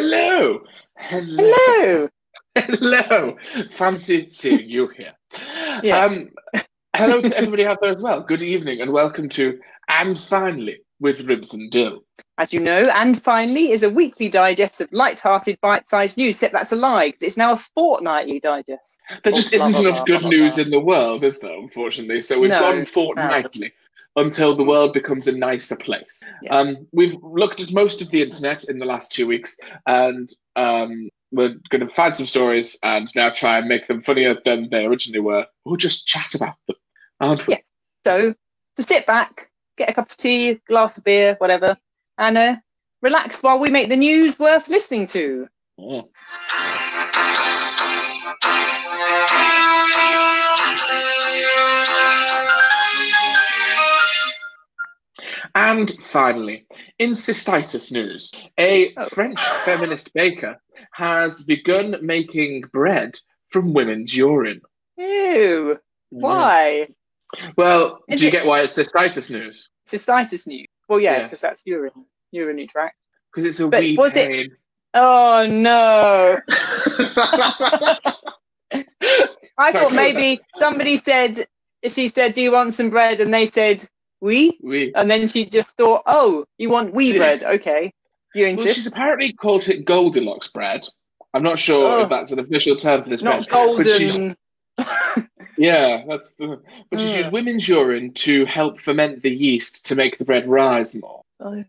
Hello. Hello. Hello. Hello. Fancy seeing you here. Yes. Um, hello to everybody out there as well. Good evening and welcome to And Finally with Ribs and Dill. As you know, and finally is a weekly digest of light-hearted, bite-sized news. Except that's a lie because it's now a fortnightly digest. There just Oh, blah, isn't blah, enough blah, good blah, news blah. in the world, is there, unfortunately? So we've No, gone fortnightly until the world becomes a nicer place. Yes. Um, we've looked at most of the internet in the last two weeks, and um, we're going to find some stories and now try and make them funnier than they originally were, or just chat about them, aren't we? Yeah. so, to sit back, get a cup of tea, glass of beer, whatever, and uh, relax while we make the news worth listening to. Yeah. And finally, in cystitis news, a Oh. French feminist baker has begun making bread from women's urine. Ew. Why? Well, Is do you it- get why it's cystitis news? Cystitis news. Well, yeah, Yeah. because that's urine, urinary tract. Because it's a But wee was it- pain. Oh no. I Sorry, thought go on. maybe somebody said she said, "Do you want some bread?" and they said, "We." we. And then she just thought, "Oh, you want wee Yeah. bread? Okay, you Well, insist." she's apparently called it Goldilocks bread. I'm not sure Oh. if that's an official term for this Not bread. But she's, golden. Hmm. yeah, that's. The, but she's Ugh. used women's urine to help ferment the yeast to make the bread rise more. Oh.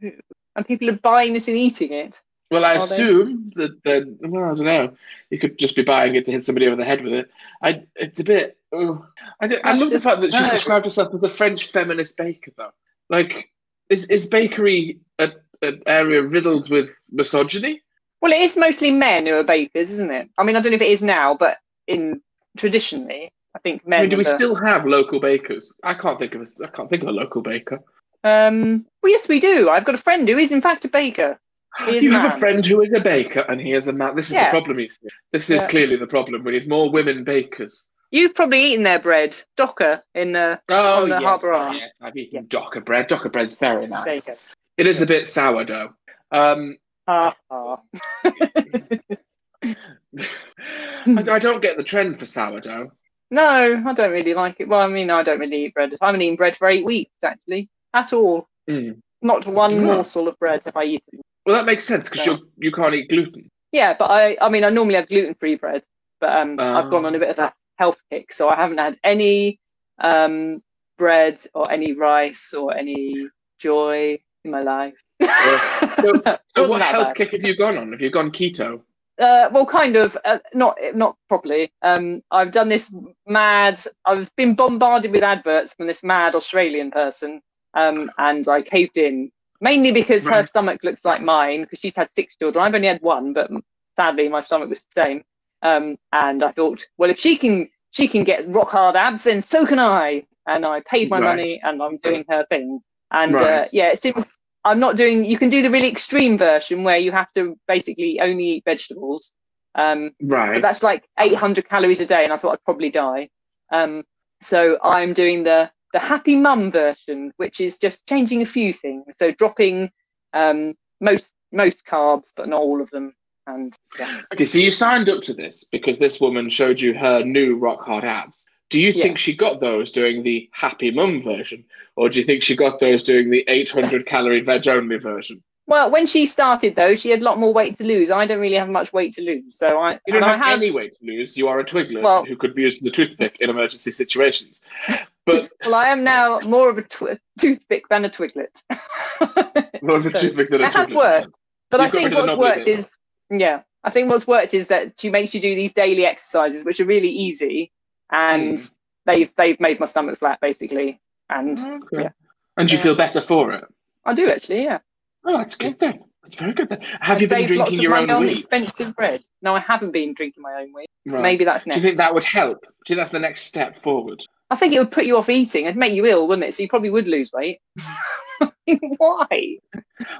And people are buying this and eating it. Well, I Are they? assume that the well, I don't know. You could just be buying it to hit somebody over the head with it. I it's a bit. Oh, I, don't- I That's love the just- fact that she's no. described herself as a French feminist baker, though. Like, is is bakery a, an area riddled with misogyny? Well, it is mostly men who are bakers, isn't it? I mean, I don't know if it is now, but in traditionally, I think men. I mean, do we were the- still have local bakers? I can't think of a, I can't think of a local baker. Um, well, yes, we do. I've got a friend who is, in fact, a baker. He is you a have a man. friend who is a baker, and he is a man. This is the Yeah. problem, you see. This is Yeah. clearly the problem. We need more women bakers. You've probably eaten their bread, Docker, in uh, Oh, On the yes, Harbour Arm. yes. I've eaten Docker bread. Docker bread's very nice. baker. It is a bit sourdough. Um, Ah, ah. I, I don't get the trend for sourdough. No, I don't really like it. Well, I mean, I don't really eat bread. I haven't eaten bread for eight weeks, actually, at all. Mm. Not one Yeah. morsel of bread have I eaten. Well, that makes sense because you you can't eat gluten. Yeah, but I, I mean, I normally have gluten-free bread, but um, Ah. I've gone on a bit of a health kick, so I haven't had any um bread or any rice or any joy in my life. Yeah. So- It So, wasn't what that health bad. kick have you gone on? Have you gone keto? Uh, well, kind of, uh, not not properly. Um, I've done this mad. I've been bombarded with adverts from this mad Australian person, um, and I caved in mainly because her Right. stomach looks like mine because she's had six children. I've only had one, but sadly my stomach was the same. Um, and I thought, well, if she can she can get rock hard abs, then so can I. And I paid my Right. money, and I'm doing her thing. And uh, Right. yeah, it seems I'm not doing. You can do the really extreme version where you have to basically only eat vegetables. Um, Right. but that's like 800 calories a day, and I thought I'd probably die. Um, so I'm doing the the happy mum version, which is just changing a few things. So dropping um, most most carbs, but not all of them. And yeah. Okay, so you signed up to this because this woman showed you her new rock hard abs. Do you Yeah. think she got those doing the happy mum version, or do you think she got those doing the 800 calorie veg only version? Well, when she started though, she had a lot more weight to lose. I don't really have much weight to lose, so I You don't and I have, any weight to lose. You are a twiglet Well- who could be used as a toothpick in emergency situations. But Well, I am now more of a tw- toothpick than a twiglet. but more of a So, toothpick than a it has twiglet. worked. I You've got rid think of the what's knobbly worked bit. is, yeah, I think what's worked is that she makes you do these daily exercises, which are really easy, and Mm. they've they've made my stomach flat basically, and Okay. Mm-hmm. Yeah. And you Yeah. feel better for it. I do actually, yeah. Oh, that's good then. That's very good then. Have I you been saved lots drinking of your money own on wheat? expensive bread? No, I haven't been drinking my own wheat. Right. Maybe that's Do you next. think that would help? Do you think that's the next step forward? I think it would put you off eating. It'd make you ill, wouldn't it? So you probably would lose weight. Why?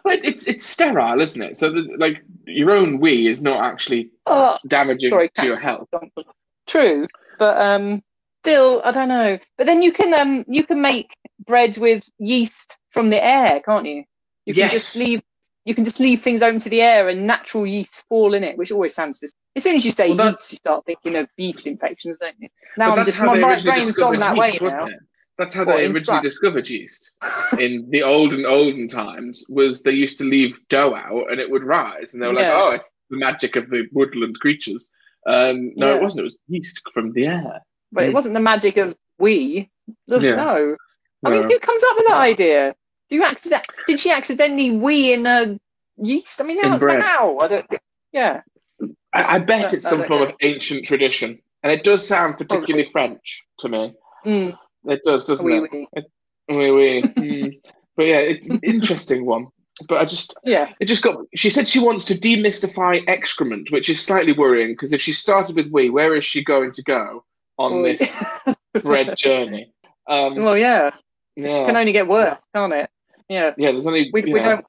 Well, it- it's it's sterile, isn't it? So the, like your own wee is not actually Oh, damaging Sorry, to your health. example. True, but um, still, I don't know. But then you can um, you can make bread with yeast from the air, can't you? You can Yes. just leave. you can just leave things open to the air and natural yeasts fall in it, which always sounds dis- as soon as you say Well, that- yeast, you start thinking of yeast infections, don't you? But Now I'm that's just how my they my originally brain's gone discovered that way yeast, now. wasn't it? That's how What, they in originally France? discovered yeast in the olden olden times. Was they used to leave dough out and it would rise, and they were like, Yeah. "Oh, it's the magic of the woodland creatures." Um, no, Yeah. it wasn't. It was yeast from the air. But it Mm. wasn't the magic of we. Just Yeah. no. I mean, No. who comes up with that idea? Do you accident? Did she accidentally wee in a yeast? I mean, In how? bread. how? I don't. Yeah. I, I bet That- it's that some don't form know. of ancient tradition, and it does sound particularly French to me. Mm, It does, doesn't wee it? wee. Oui, oui. Mm. But yeah, it's an interesting one. But I just, Yeah. It just got. She said she wants to demystify excrement, which is slightly worrying because if she started with we, where is she going to go on Well, this bread journey? Um, well, yeah. It can yeah, only get worse, can't it? Yeah. yeah. There's only We, you we know, Mm. don't.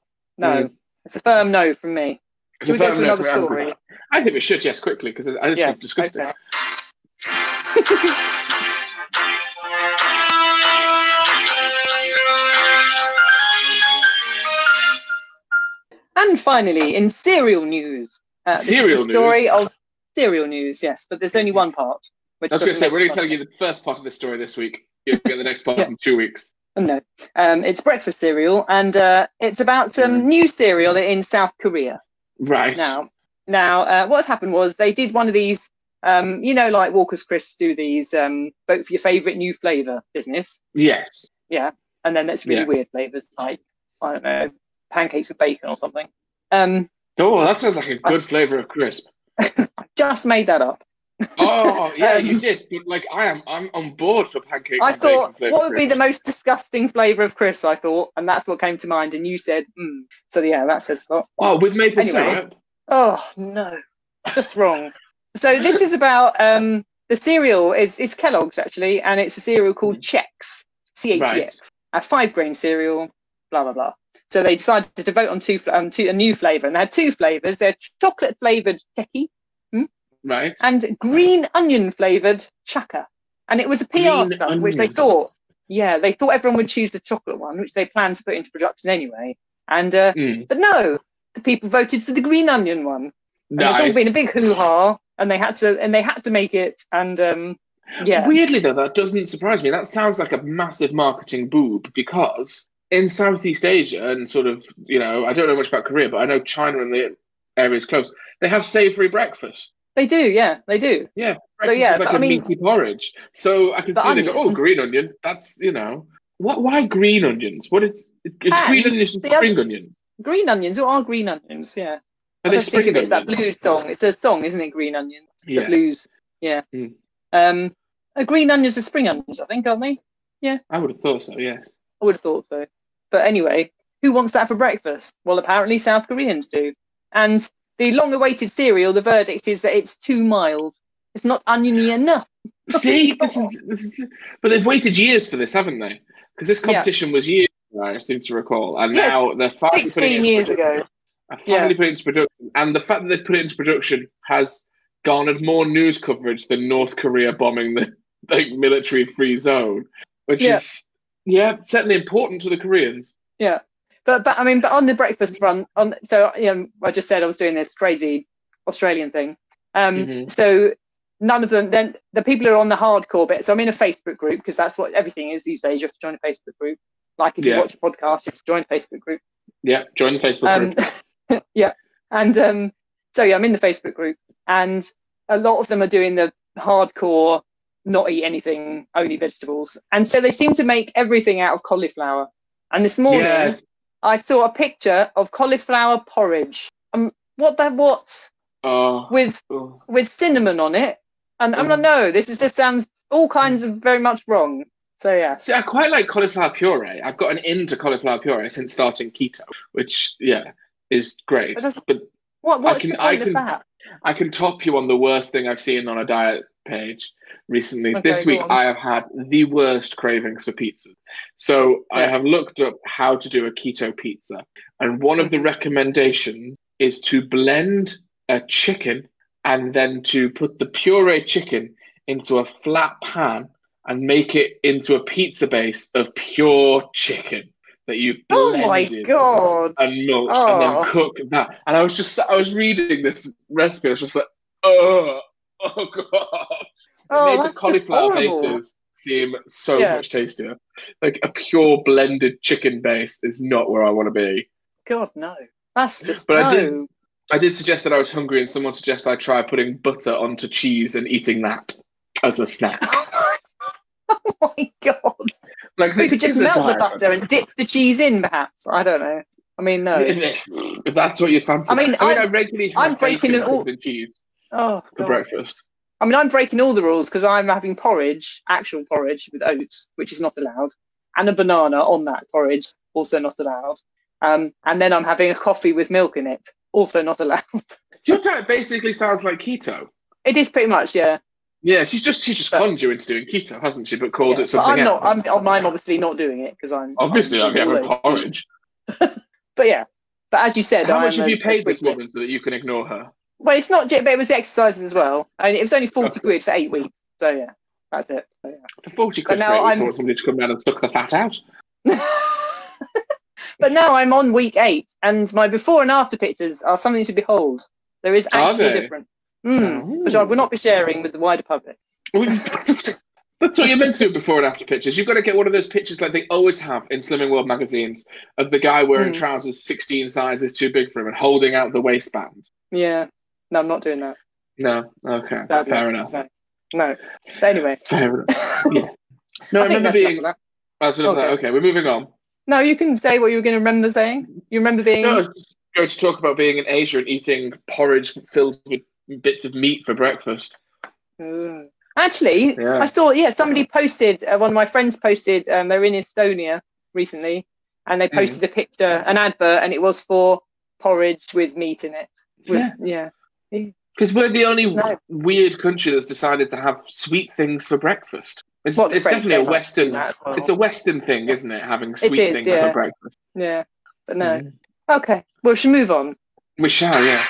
No. It's a firm no from me. it's Should we a go to vermin another over everywhere. story? I think we should, yes, quickly, because I just Yeah. have discussed okay. it. And finally, in serial news. Uh, this is Serial Mm-hmm. the story of serial news, yes, but there's only one part. Which I was going to doesn't say make we're only sense. telling you the first part of this story this week. You'll get the next part Yeah. in two weeks. Oh, No, um, it's breakfast cereal, and uh, it's about some Mm. new cereal in South Korea. Right. Now, now, uh, what's happened was they did one of these, um, you know, like Walker's Crisps do these um, vote for your favorite new flavor business, Yes. and then that's really Yeah. weird flavors like I don't know, pancakes with bacon or something. Um, Oh, that sounds like a good flavour of crisp. I just made that up. Oh, yeah, Um, you did. But, like, I am, I'm on board for pancakes. I and bacon thought, flavoured what would be crisp. the most disgusting flavor of crisps? I thought, and that's what came to mind. And you said, mm. so yeah, that says a lot. Oh, with maple Anyway. syrup. Oh no, just wrong. So this is about um, the cereal is it's Kellogg's actually, and it's a cereal called Mm-hmm. Chex, C H E X, a five grain cereal. Blah blah blah. So they decided to vote on two, fl- on two a new flavour, and they had two flavours. They're chocolate flavoured Checky Right. and green onion flavoured Chaka. And it was a PR Green stunt, which they onion. thought, yeah, they thought everyone would choose the chocolate one, which they planned to put into production anyway. And uh, Mm, but no, the people voted for the green onion one. And it's all nice. been a big hoo ha, and they had to and they had to make it, and um, yeah, Weirdly, though, that doesn't surprise me. That sounds like a massive marketing boob because in Southeast Asia and sort of, you know, I don't know much about Korea, but I know China and the areas close, they have savory breakfast. they do, yeah, they do. Breakfast yeah, is like but a I mean- meaty porridge. So I can But see they go, oh, onions. green onion. That's, you know, what? why green onions? What is, it's And green onions and the other- spring onions. Green onions, what are green onions? Yeah, Are I they just think spring of it as that onions? blues song. It's the song, isn't it? Green onion, the Yes. blues. Yeah. Mm. Um, uh, green onions are spring onions, I think, aren't they? I would have thought so, yes. I would have thought so. But anyway, who wants that for breakfast? Well, apparently South Koreans do. And the long-awaited cereal, the verdict is that it's too mild. It's not oniony enough. See, this is, this is, but they've waited years for this, haven't they? Because this Yeah. competition was years ago, I seem to recall, and Yes, now they're finally putting it 16 into years production. ago. They're Finally Yeah. put it into production, and the fact that they've put it into production has garnered more news coverage than North Korea bombing the like military-free zone, which Yeah. is yeah certainly important to the Koreans. But but I mean, but on the breakfast run, on so you know, I just said I was doing this crazy Australian thing. Um, Mhm. so none of them. Then the people who are on the hardcore bit. So I'm in a Facebook group because that's what everything is these days. You have to join a Facebook group. Like if you Yeah. watch a podcast, you have to join a Facebook group. Yeah, join the Facebook Um, group. yeah, and um, so yeah, I'm in the Facebook group, and a lot of them are doing the hardcore, not eat anything, only vegetables, and so they seem to make everything out of cauliflower. And this morning, Yes. I saw a picture of cauliflower porridge. Um, what the what Oh, with oh. with cinnamon on it? And I'm like, Mm. no, this is just sounds all kinds of very much wrong. So yeah, See, I quite like cauliflower puree. I've gotten into cauliflower puree since starting keto, which yeah is great. But that's- but what what's can- the I point can- of that? I can top you on the worst thing I've seen on a diet page recently. Okay, this go week, on. I have had the worst cravings for pizzas. So I Yeah. have looked up how to do a keto pizza, and one of the Mhm. recommendations is to blend a chicken and then to put the puree chicken into a flat pan and make it into a pizza base of pure chicken. that you've Oh my blended god. and milked and Oh. then cook that. And I was just I was reading this recipe. I was just like, oh, oh god. It Oh, made the that's just cauliflower horrible. bases seem so Yeah. much tastier. Like a pure blended chicken base is not where I want to be. God no. That's just But no. I did- I did suggest that I was hungry, and someone suggested I try putting butter onto cheese and eating that as a snack. oh my god. Like We this could just is a melt the diet. butter and dip the cheese in, perhaps. I don't know. I mean, no. If, if that's what you fancy. I mean, I, mean, I I'm- regularly I'm have breaking bacon it all- covered in cheese Oh, for God. breakfast. I mean, I'm breaking all the rules because I'm having porridge, actual porridge with oats, which is not allowed, and a banana on that porridge, also not allowed. Um, and then I'm having a coffee with milk in it, also not allowed. Your diet basically sounds like keto. It is pretty much, yeah. Yeah, she's just she's just But- conned you into doing keto, hasn't she? But called yeah. it something but I'm else. not. I'm, I'm obviously not doing it because I'm Obviously, I'm having all over. porridge. But yeah, but as you said, How I'm much have a- you paid this a- woman so that you can ignore her? Well, it's not. ju- But it was exercises as well, and it was only forty quid for eight weeks. So yeah, that's it. So, yeah. For forty quid, But for it, now you just I'm- want somebody to come down and suck the fat out. but now I'm on week eight, and my before and after pictures are something to behold. There is Are actually they? Oh. a difference, mm, which I will not be sharing with the wider public. Well, That's what you're meant to do before and after pictures. You've got to get one of those pictures like they always have in Slimming World magazines of the guy wearing Mm. trousers 16 sizes too big for him and holding out the waistband. Yeah, no, I'm not doing that. No, okay, Sadly. fair enough. No, but anyway. Fair enough. Yeah. No, I, I think remember that's enough being. of that. That's enough of that. Okay, we're moving on. No, you can say what you were going to remember saying. You remember being. No, I was just going to talk about being in Asia and eating porridge filled with bits of meat for breakfast. Mm. Actually, Yeah. I saw, yeah, somebody posted, uh, one of my friends posted, um, they were in Estonia recently, and they Mhm. posted a picture, an advert, and it was for porridge with meat in it. With- Yeah. yeah. Because we're the only No. weird country that's decided to have sweet things for breakfast. It's, Well, the it's French definitely a don't like doing Western. that as well. It's a Western thing, isn't it? Having sweet is, things yeah. for breakfast. yeah, but no. Mm. Okay, well, we should move on. We shall, yeah.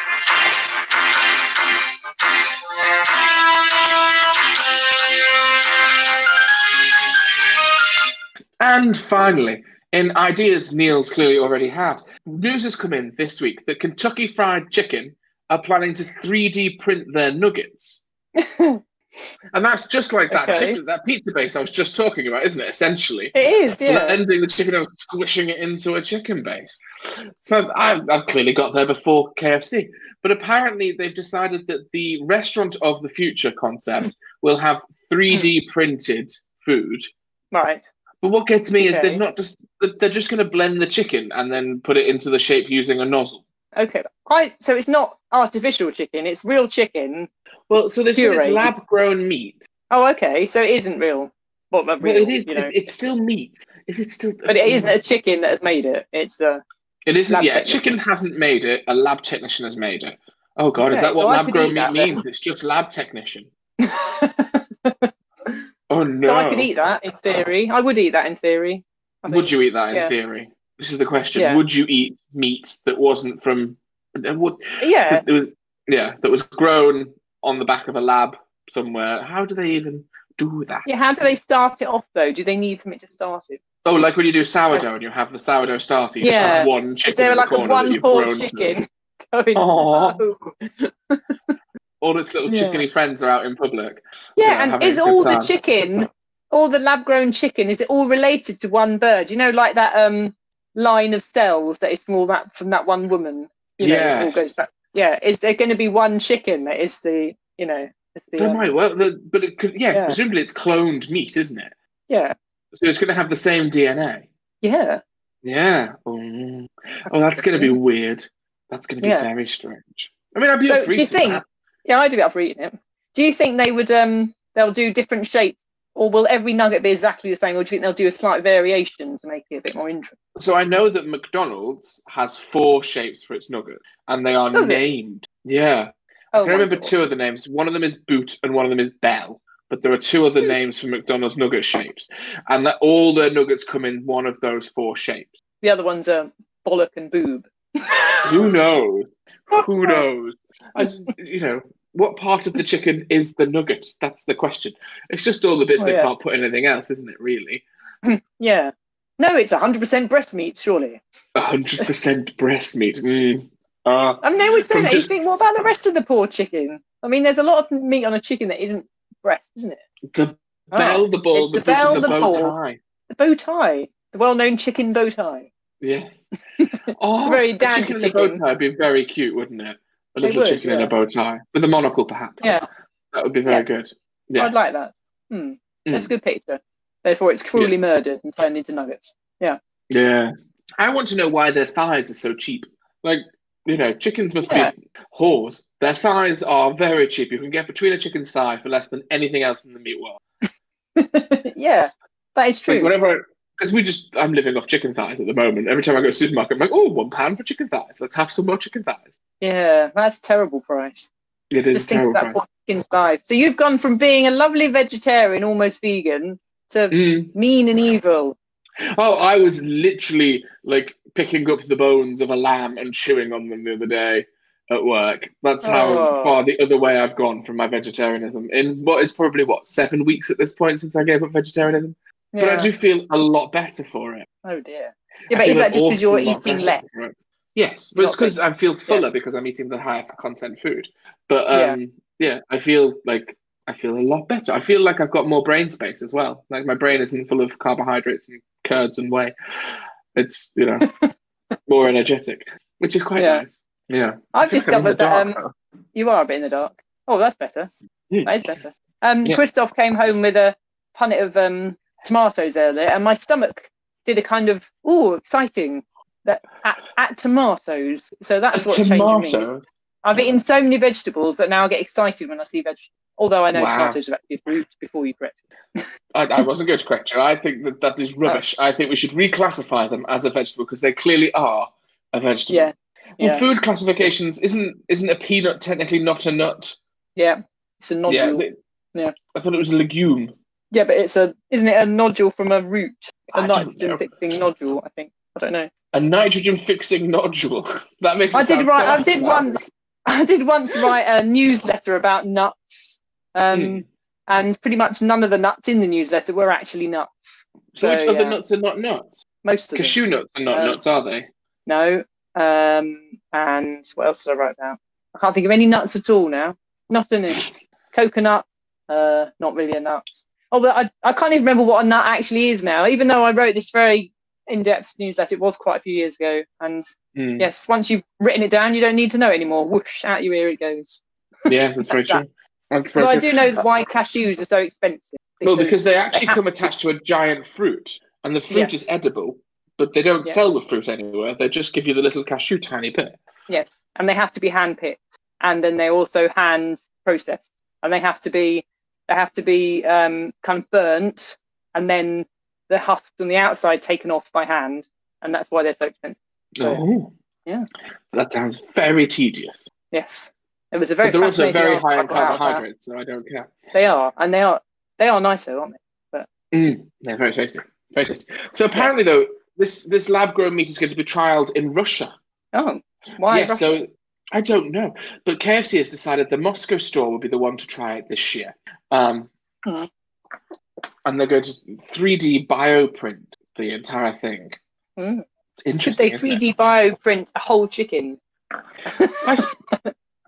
And finally, in ideas Neil's clearly already had, news has come in this week that Kentucky Fried Chicken are planning to 3D print their nuggets. it And that's just like that Okay. chicken, that pizza base I was just talking about, isn't it? Essentially, is, yeah. blending the chicken and squishing it into a chicken base. So I, I've clearly got there before KFC. But apparently, they've decided that the restaurant of the future concept will have 3D Hmm. printed food. Right. But what gets me is Okay. they're not just they're just going to blend the chicken and then put it into the shape using a nozzle. Okay. I, so it's not artificial chicken, it's real chicken. Well, so they've said it's Pureed. lab grown meat. Oh, okay. So it isn't real. Well, not Well, real, it is. you know. it- it's still meat. Is it still? but it isn't a chicken that has made it. It's uh, It isn't. Lab yeah, technician. chicken hasn't made it. A lab technician has made it. Oh God, is Okay, that what so I lab could grown eat meat that then. means? It's just lab technician. so Oh no. I could eat that in theory. I would eat that in theory. I Would think. you eat that in Yeah. theory? This is the question. Yeah. Would you eat meat that wasn't from? that would- Yeah. that was, yeah, that was grown on the back of a lab somewhere. How do they even do that? Yeah. How do they start it off though? Do they need something to start it? Oh, like when you do sourdough and you have the sourdough starter, you just Yeah. have one chicken Is there in the like a corner that one you've horse grown to. chicken going? Aw. Oh. All its little Yeah. chickeny friends are out in public. Yeah, Yeah, and having is a good all the time. chicken, all the lab-grown chicken, is it all related to one bird? You know, like that um line of cells that is from all that from that one woman. You know, it all Yes. goes back. Yeah, is there going to be one chicken that is the you know is the That um, might work, the- but it could, yeah, Yeah. presumably it's cloned meat, isn't it? yeah So it's going to have the same DNA. yeah Yeah. Oh, oh that's going to be weird. That's going to be Yeah. very strange. I mean, I'd be So, up for do you eating think- that. yeah I'd be up for eating it. Do you think they would um they'll do different shapes or will every nugget be exactly the same or do you think they'll do a slight variation to make it a bit more interesting? So I know that McDonald's has four shapes for its nugget, and they are Does it? named. Yeah. Oh, I remember wonderful. two of the names. One of them is Boot, and one of them is Bell. But there are two Hmm. other names for McDonald's nugget shapes, and that all their nuggets come in one of those four shapes. The other ones are bollock and boob. Who knows? Who knows? I, you know, what part of the chicken is the nugget? That's the question. It's just all the bits Oh, they yeah. can't put anything else, isn't it? Really. Yeah. No, it's 100% breast meat, surely. 100% breast meat. Mm. Uh, I mean, they always say From that. just- You think, what about the rest of the poor chicken? I mean, there's a lot of meat on a chicken that isn't breast, isn't it? the Oh, bell, the ball, it's the, the button, bell, the, the bow ball. tie. The bow tie, the well-known chicken bow tie. Yes. Oh, very a dandy chicken in a bow chicken. tie would be very cute, wouldn't it? A It little would, chicken in yeah. a bow tie with a monocle, perhaps. Yeah, That would be very Yeah. good. Yeah. I'd like that. Hmm. Mm. That's a good picture. Therefore, it's cruelly murdered and turned into nuggets. Yeah. I want to know why their thighs are so cheap. Like, you know, chickens must Yeah. be whores. Their thighs are very cheap. You can get between a chicken's thigh for less than anything else in the meat world. yeah, that is Like, true. whenever, because we just, I'm living off chicken thighs at the moment. Every time I go to the supermarket, I'm like, oh, one pound for chicken thighs. Let's have some more chicken thighs. Yeah, that's a terrible price. It is Just a think terrible about price. what chicken's life. So you've gone from being a lovely vegetarian, almost vegan, to Mm. mean and evil. Oh, I was literally like picking up the bones of a lamb and chewing on them the other day at work. That's how Oh. far the other way I've gone from my vegetarianism in what is probably what, seven weeks at this point since I gave up vegetarianism. But I Yeah. do feel a lot better for it. Oh dear. Yeah, I but is feel that an just because you're awful lot eating better less? for it. Yes, but it's Not like- because I feel fuller because I'm eating the higher content food. But um, yeah, I feel like I feel a lot better. I feel like I've got more brain space as well. Like my brain isn't full of carbohydrates and curds and whey. It's, you know, more energetic, which is quite Yeah. nice. Yeah. I I've feel like I'm in the discovered that dark. um, you are a bit in the dark. Oh, that's better. Hmm. That is better. Um, Yeah. Christoph came home with a punnet of um, tomatoes earlier, and my stomach did a kind of oh, exciting that at, at tomatoes. So that's what's changed me. tomato. I've eaten so many vegetables that now I get excited when I see vegetables. Although I know Wow. tomatoes are actually a fruit before you correct. me. I, I wasn't going to correct you. I think that that is rubbish. I think we should reclassify them as a vegetable because they clearly are a vegetable. Yeah, Well, yeah, food classifications isn't isn't a peanut technically not a nut? yeah. It's a nodule. Yeah, Yeah, they- Yeah. I thought it was a legume. but it's a isn't it a nodule from a root? A I don't know. nitrogen fixing nodule, I think. I don't know. A nitrogen fixing nodule. That makes. It I did sound so write. I did bad. once. I did once write a newsletter about nuts, um, Hmm. and pretty much none of the nuts in the newsletter were actually nuts. So, which so, other yeah. nuts are not nuts? Most of them, Cashew nuts are not Uh, nuts, are they? no. Um, and what else did I write down? I can't think of any nuts at all now. Nothing in coconut. Uh, not really a nut. Oh, but I, I can't even remember what a nut actually is now. Even though I wrote this very in-depth newsletter, it was quite a few years ago, and Mm. Yes, once you've written it down, you don't need to know it anymore. Whoosh, out your ear it goes. Yes, that's very true. That's very But I true. do know why cashews are so expensive. Well, because they actually have come attached to a giant fruit, and the fruit Yes. is edible, but they don't Yes. sell the fruit anywhere. They just give you the little cashew tiny bit. and they have to be hand picked, and then they also hand processed, and they have to be they have to be um, kind of burnt, and then the husks on the outside taken off by hand, and that's why they're so expensive. So, Oh, yeah. That sounds very tedious. Yes, it was a very but they're also fascinating very article high in about that. carbohydrates, so I don't care. They are, and they are they are nicer, aren't they? Mm, yeah, very tasty. Very tasty. So apparently, though, this this lab grown meat is going to be trialed in Russia. Oh, why? yes, Russia? so I don't know, but KFC has decided the Moscow store will be the one to try it this year. Um, Hmm. And they're going to 3D bioprint the entire thing. Hmm. It's Should interesting. they isn't it? 3D bioprint a whole chicken? I, s-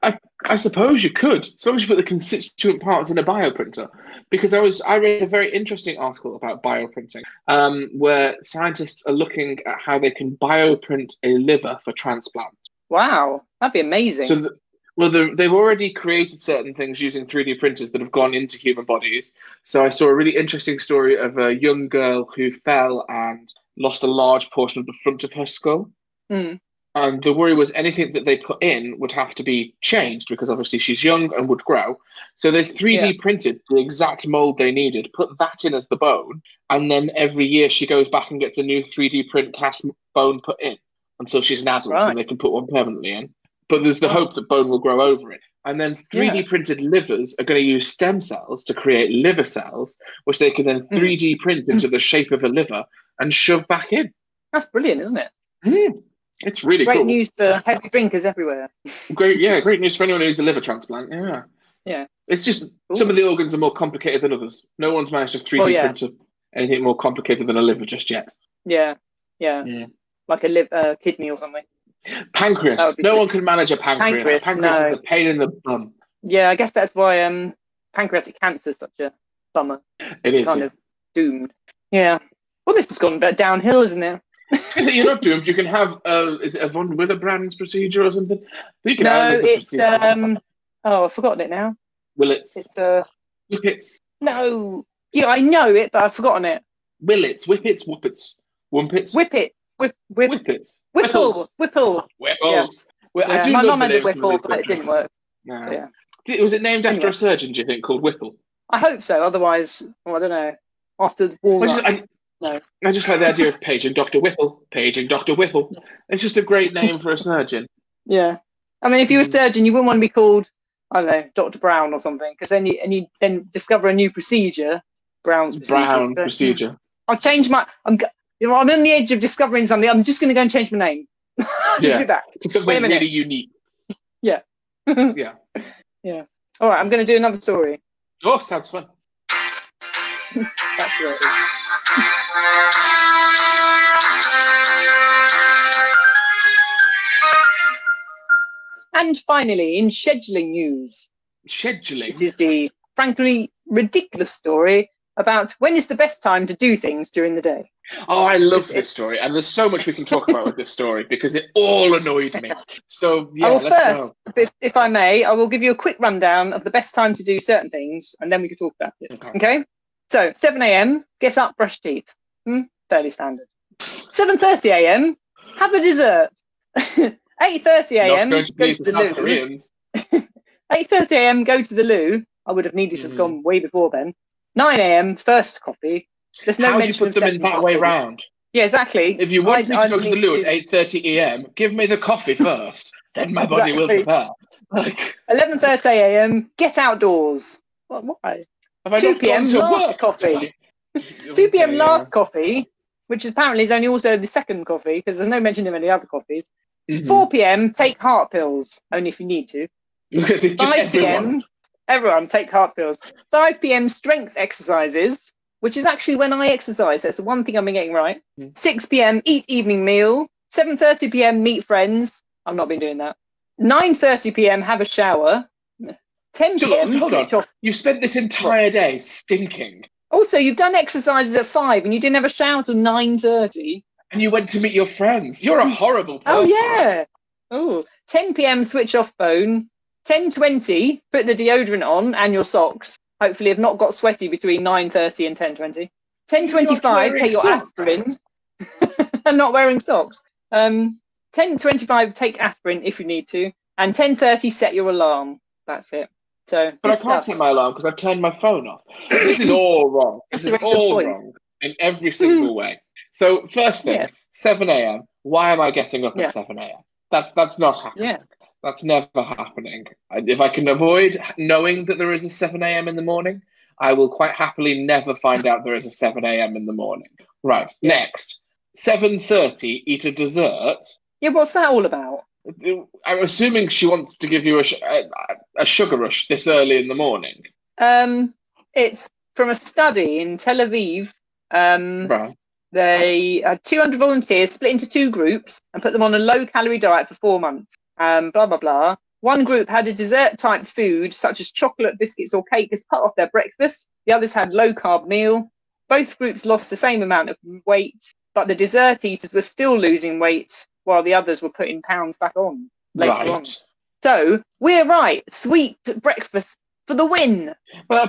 I- I suppose you could, as long as you put the constituent parts in a bioprinter. Because I was I read a very interesting article about bioprinting, um, where scientists are looking at how they can bioprint a liver for transplant. Wow, that'd be amazing. So, the, well, the, they've already created certain things using 3D printers that have gone into human bodies. So I saw a really interesting story of a young girl who fell and lost a large portion of the front of her skull. Mm, And the worry was anything that they put in would have to be changed because obviously she's young and would grow. So they 3D printed the exact mold they needed, put that in as the bone, and then every year she goes back and gets a new 3D print cast bone put in until she's an adult Right. and they can put one permanently in. But there's the hope that bone will grow over it. And then 3D printed livers are going to use stem cells to create liver cells, which they can then Mm. 3D print into the shape of a liver and shove back in. that's brilliant, isn't it? Mm. It's really Great cool. news for heavy drinkers everywhere. Great, yeah, great news for anyone who needs a liver transplant. Yeah, Yeah. It's just Cool. some of the organs are more complicated than others. No one's managed to three D Oh, yeah. print a- anything more complicated than a liver just yet. Yeah, yeah, Yeah. like a liv- uh, kidney or something. Pancreas. That would be No good. one can manage a pancreas. Pancreas, Pancreas, no. is the pain in the bum. Yeah, I guess that's why um, pancreatic cancer is such a bummer, It is. kind yeah. of doomed. Yeah. Well, this has gone a bit downhill, isn't it? Is it- You're not doomed. You can have uh, is it a von Willebrand's procedure or something? You can No, have this it's procedure. um. Oh, I've forgotten it now. Willets. It's uh. Whippets. No. Yeah, I know it, but I've forgotten it. Willets. Whippets. Whippets. Wumpets. Whip it. Whip. Whip. Whippets. Whipple. Whipple. Whipples. Yes. Well, I Yeah, do My love mum the had a names of Whipple, these but it things. didn't work. No. Yeah. Did- Was it named after Anyway. a surgeon? Do you think called Whipple? I hope so. Otherwise, well, I don't know. After the I walnut. just, I, No. I just like the idea of Page and Doctor Whipple. Page and Doctor Whipple. It's just a great name for a surgeon. Yeah. I mean, if you were a Mm. surgeon, you wouldn't want to be called, I don't know, Doctor Brown or something, because then you and you then discover a new procedure, Brown's procedure. Brown but- mm, procedure. I'll change my. I'm. go- You know, I'm on the edge of discovering something. I'm just going to go and change my name. Just Yeah. be back. Wait a Something minute. really unique. Yeah. All right, I'm going to do another story. Oh, sounds fun. That's what it is. And finally, in scheduling news, Scheduling. it is the frankly ridiculous story about when is the best time to do things during the day. Oh, I love this story, and there's so much we can talk about with this story because it all annoyed me. So yeah, I will let's Oh, first, go. if, if I may, I will give you a quick rundown of the best time to do certain things, and then we can talk about it. Okay. Okay. So 7 a.m. Get up, brush teeth. Hmm? Fairly standard. 7:30 a.m. Have a dessert. Not 8:30 a.m. going to Go please to the the South loo. Koreans. 8:30 a.m. Go to the loo. I would have needed to have Mm. gone way before then. 9 a.m. First coffee. There's no How do you mention put of them in second that way coffee. round? Yeah, exactly. If you want I- me to I go to the need loo at to- 8:30 a.m., give me the coffee first, then my body will Exactly. prepare. Like, 11:30 a.m. Get outdoors. What? Why? have I 2 not p.m. gone to last work? coffee. 2 Okay, p.m. yeah. last coffee, which apparently is only also the second coffee because there's no mention of any other coffees. Mhm. 4 p.m. take heart pills only if you need to. Just 5 everyone. p.m. everyone take heart pills. 5 p.m. strength exercises, which is actually when I exercise. That's the one thing I've been getting right. Mm. 6 p.m. eat evening meal. 7:30 p.m. meet friends. I've not been doing that. 9:30 p.m. have a shower. 10 So, p.m. hold on. switch off. You spent this entire day stinking, Also, you've done exercises at five and you didn't have a shower till 9:30. and you went to meet your friends. You're a horrible person. Oh yeah. Oh, 10 p.m. switch off phone. 10:20 put the deodorant on and your socks. Hopefully have not got sweaty between 9:30 and 10:20. 10:25 wearing take your socks. aspirin. I'm not wearing socks. Um 10:25 take aspirin if you need to and 10:30 set your alarm. That's it. So But I just can't us. set my alarm because I've turned my phone off. This is all wrong. This is That's a very good all point. wrong in every single way. So first thing, Yeah. 7 a.m. Why am I getting up Yeah. at 7 a.m.? That's that's not happening. Yeah. That's never happening. I- If I can avoid knowing that there is a 7 a.m. in the morning, I will quite happily never find out there is a 7 a.m. in the morning. Right. Yeah. Next, 7:30. Eat a dessert. Yeah, what's that all about? I'm assuming she wants to give you a, sh- a, a sugar rush this early in the morning. Um it's from a study in Tel Aviv. Um Right. They had 200 volunteers split into two groups and put them on a low calorie diet for four months. Um, blah, blah, blah. One group had a dessert type food, such as chocolate, biscuits, or cake, as part of their breakfast. The others had low carb meal. Both groups lost the same amount of weight, but the dessert eaters were still losing weight while the others were putting pounds back on later right. on. So we're right. Sweet breakfast for the win. Well,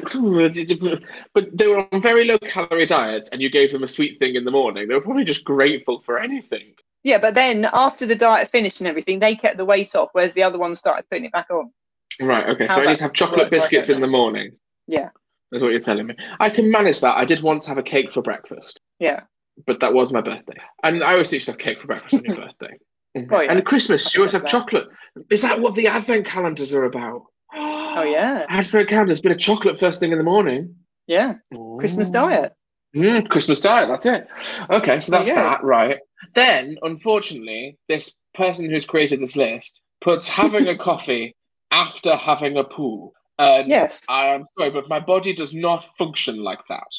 but, but they were on very low calorie diets, and you gave them a sweet thing in the morning. They were probably just grateful for anything. Yeah, but then after the diet finished and everything, they kept the weight off, whereas the other ones started putting it back on. Right. Okay. How so I about- need to have chocolate right, biscuits okay. in the morning. Yeah. That's what you're telling me. I can manage that. I did once have a cake for breakfast, Yeah. but that was my birthday, and I always used to have cake for breakfast on your birthday. Oh, yeah. And Christmas, you always have Right. chocolate. Is that what the advent calendars are about? Oh, yeah. Advent calendars, bit of chocolate first thing in the morning. Yeah. Christmas Oh. diet. Mm, Christmas diet, that's it. Okay, so There that's you go. that, right. Then, unfortunately, this person who's created this list puts having a coffee after having a poo. And Yes. I am sorry, but my body does not function like that.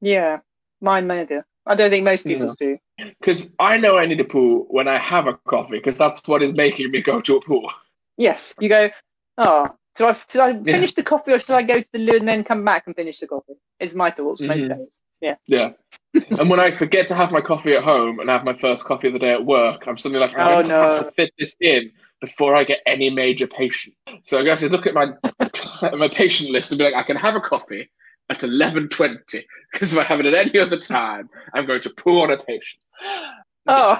Yeah. Mine neither. I don't think most people do. Because I know I need a pool when I have a coffee, because that's what is making me go to a pool. Yes, you go. Oh, should I, should I finish the coffee, or should I go to the loo and then come back and finish the coffee? Is my thoughts most Mhm. days. Yeah. Yeah. and when I forget to have my coffee at home and have my first coffee of the day at work, I'm suddenly like, I'm Oh, going to have no. to fit this in before I get any major patient. So I go to look at my at my patient list and be like, I can have a coffee at 11.20 because if I have it at any other time, I'm going to pull on a patient. Oh,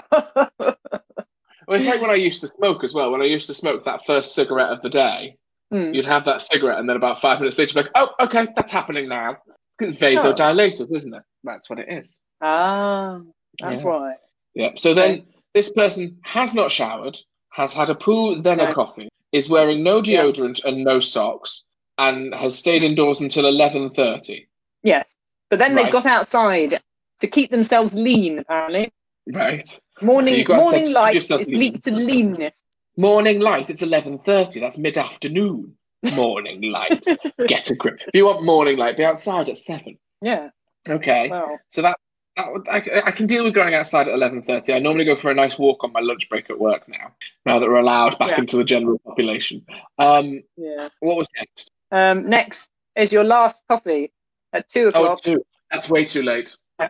Well, it's like when I used to smoke as well. When I used to smoke that first cigarette of the day, Hmm. you'd have that cigarette, and then about five minutes later, you'd be like, oh, okay, that's happening now. 'Cause It's vasodilators, isn't it? That's what it is. ah, that's Yeah. right. Yeah. So then this person has not showered, has had a poo, then No. a coffee, is wearing no Yeah. deodorant and no socks, and has stayed indoors until eleven thirty. Yes, but then Right. they've got outside to keep themselves lean. Apparently, Right. morning you got outside to morning keep light yourself is lean. linked to leanness. Morning light. It's eleven thirty. That's mid afternoon. Morning light. Get a grip. If you want morning light, be outside at seven. Yeah. Okay. Wow. So that, that would- I, I can deal with going outside at eleven thirty. I normally go for a nice walk on my lunch break at work now. Now that we're allowed back Yeah. into the general population. Um, Yeah. what was next? Um, next is your last coffee at two Oh, o'clock. two. That's way too late. I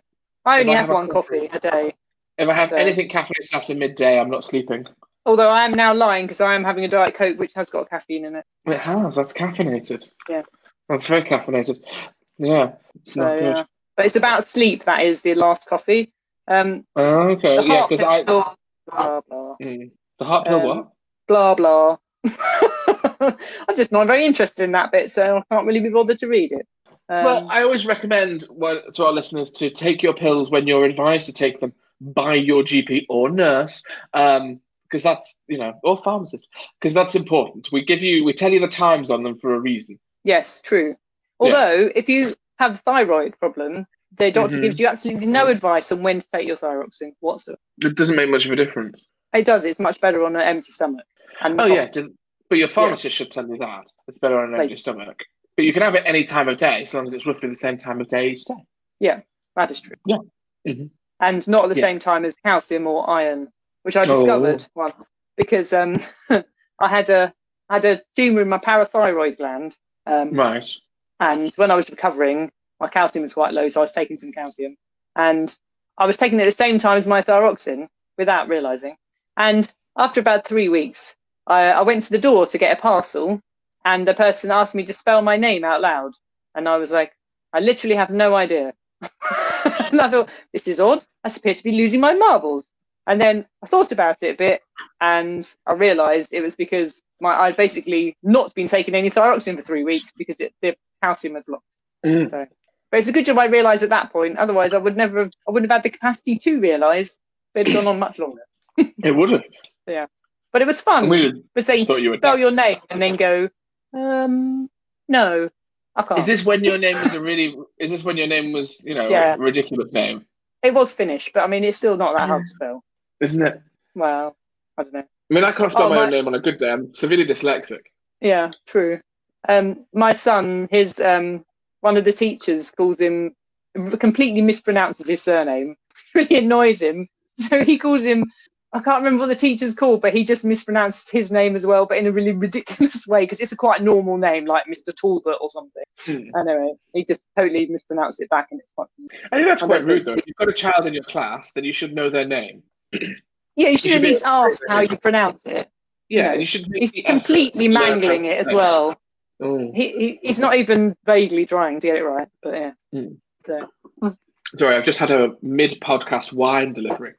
only If I have, have a one coffee. a day, If I have So- anything caffeinated after midday, I'm not sleeping. although I am now lying because I am having a diet coke which has got caffeine in it. It has. That's caffeinated. Yeah. That's very caffeinated. Yeah. It's So not good. yeah. but it's about sleep. That is the last coffee. Um, Oh, okay. the yeah, heart because I. pill, blah blah Mm. the heart pill Um, what? blah blah. I'm just not very interested in that bit, so I can't really be bothered to read it. Um, well, I always recommend well, to our listeners to take your pills when you're advised to take them by your GP or nurse, because that's you know or pharmacist, because that's important. We give you, we tell you the times on them for a reason. Yes, true. Yeah. Although, if you have thyroid problem, the doctor Mhm. gives you absolutely no advice on when to take your thyroxine whatsoever. It doesn't make much of a difference. It does. It's much better on an empty stomach. And Oh yeah, d- but your pharmacist should tell you that it's better on an Right. empty stomach. But you can have it any time of day, as long as it's roughly the same time of day each day. that is true. Yeah. Mhm. And not at the Yeah. same time as calcium or iron, which I Oh. discovered once because um, I had a I had a tumor in my parathyroid gland, um, Right. and when I was recovering, my calcium was quite low, so I was taking some calcium, and I was taking it at the same time as my thyroxine without realizing. And after about three weeks, I, I went to the door to get a parcel, and the person asked me to spell my name out loud, and I was like, I literally have no idea. and I thought, this is odd. I appear to be losing my marbles. And then I thought about it a bit, and I realised it was because my I'd basically not been taking any thyroxine for three weeks because it, the calcium had blocked. Mm. So, but it's a good job I realised at that point. Otherwise, I would never have. I wouldn't have had the capacity to realise. But it'd gone on much longer. It would have. But it was fun. We We were just saying thought Oh, you were. spell your name and then go, um, no, I can't. Is this when your name was a really? Is this when your name was you know Yeah. a ridiculous name? it was Finnish, but I mean, it's still not that Mm. hard to spell. Isn't it? Well, I don't know. I mean, I can't spell Oh, my, my- own name on a good day. I'm severely dyslexic. Yeah, true. Um, my son, his um, one of the teachers calls him completely mispronounces his surname. really annoys him. So he calls him. I can't remember what the teacher's called, but he just mispronounced his name as well, but in a really ridiculous way because it's a quite normal name, like Mr. Talbot or something. Hmm. Anyway, he just totally mispronounced it back, and it's quite. I think that's Oh, quite that's rude, nice. though. If you've got a child in your class, then you should know their name. Yeah, you should should at be least able to ask say how that. you pronounce it. Yeah, No. and you should. make He's the effort completely to learn how mangling to it as say well. Mm. He, he he's not even vaguely trying to get it right, but yeah. Hmm. So Sorry, I've just had a mid-podcast wine delivery.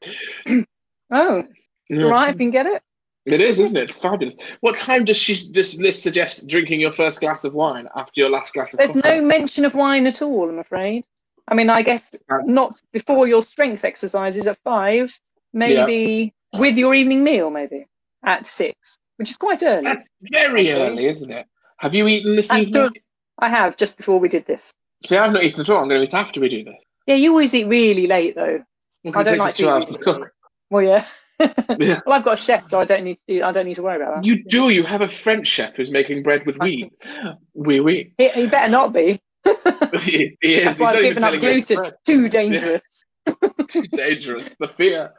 oh, Yeah. right, I can get it. It is, isn't it? It's fabulous. What time does she this list suggest drinking your first glass of wine after your last glass of There's coffee? no mention of wine at all, I'm afraid. I mean, I guess not before your strength exercises at five, maybe with your evening meal, maybe at six, which is quite early. That's very early, isn't it? Have you eaten this That's evening? I have just before we did this. See, I've not eaten at all. I'm going to eat after we do this. Yeah, you always eat really late though. It I don't takes like us two hours to eat really cook. late. Well, yeah. Yeah. Well, I've got a chef, so I don't need to do. I don't need to worry about that. You do. You have a French chef who's making bread with I wheat. Wee wee. He, he better not be. he is. He's That's why not I've even given telling up me it's gluten. bread. Too dangerous. It's too dangerous. The fear.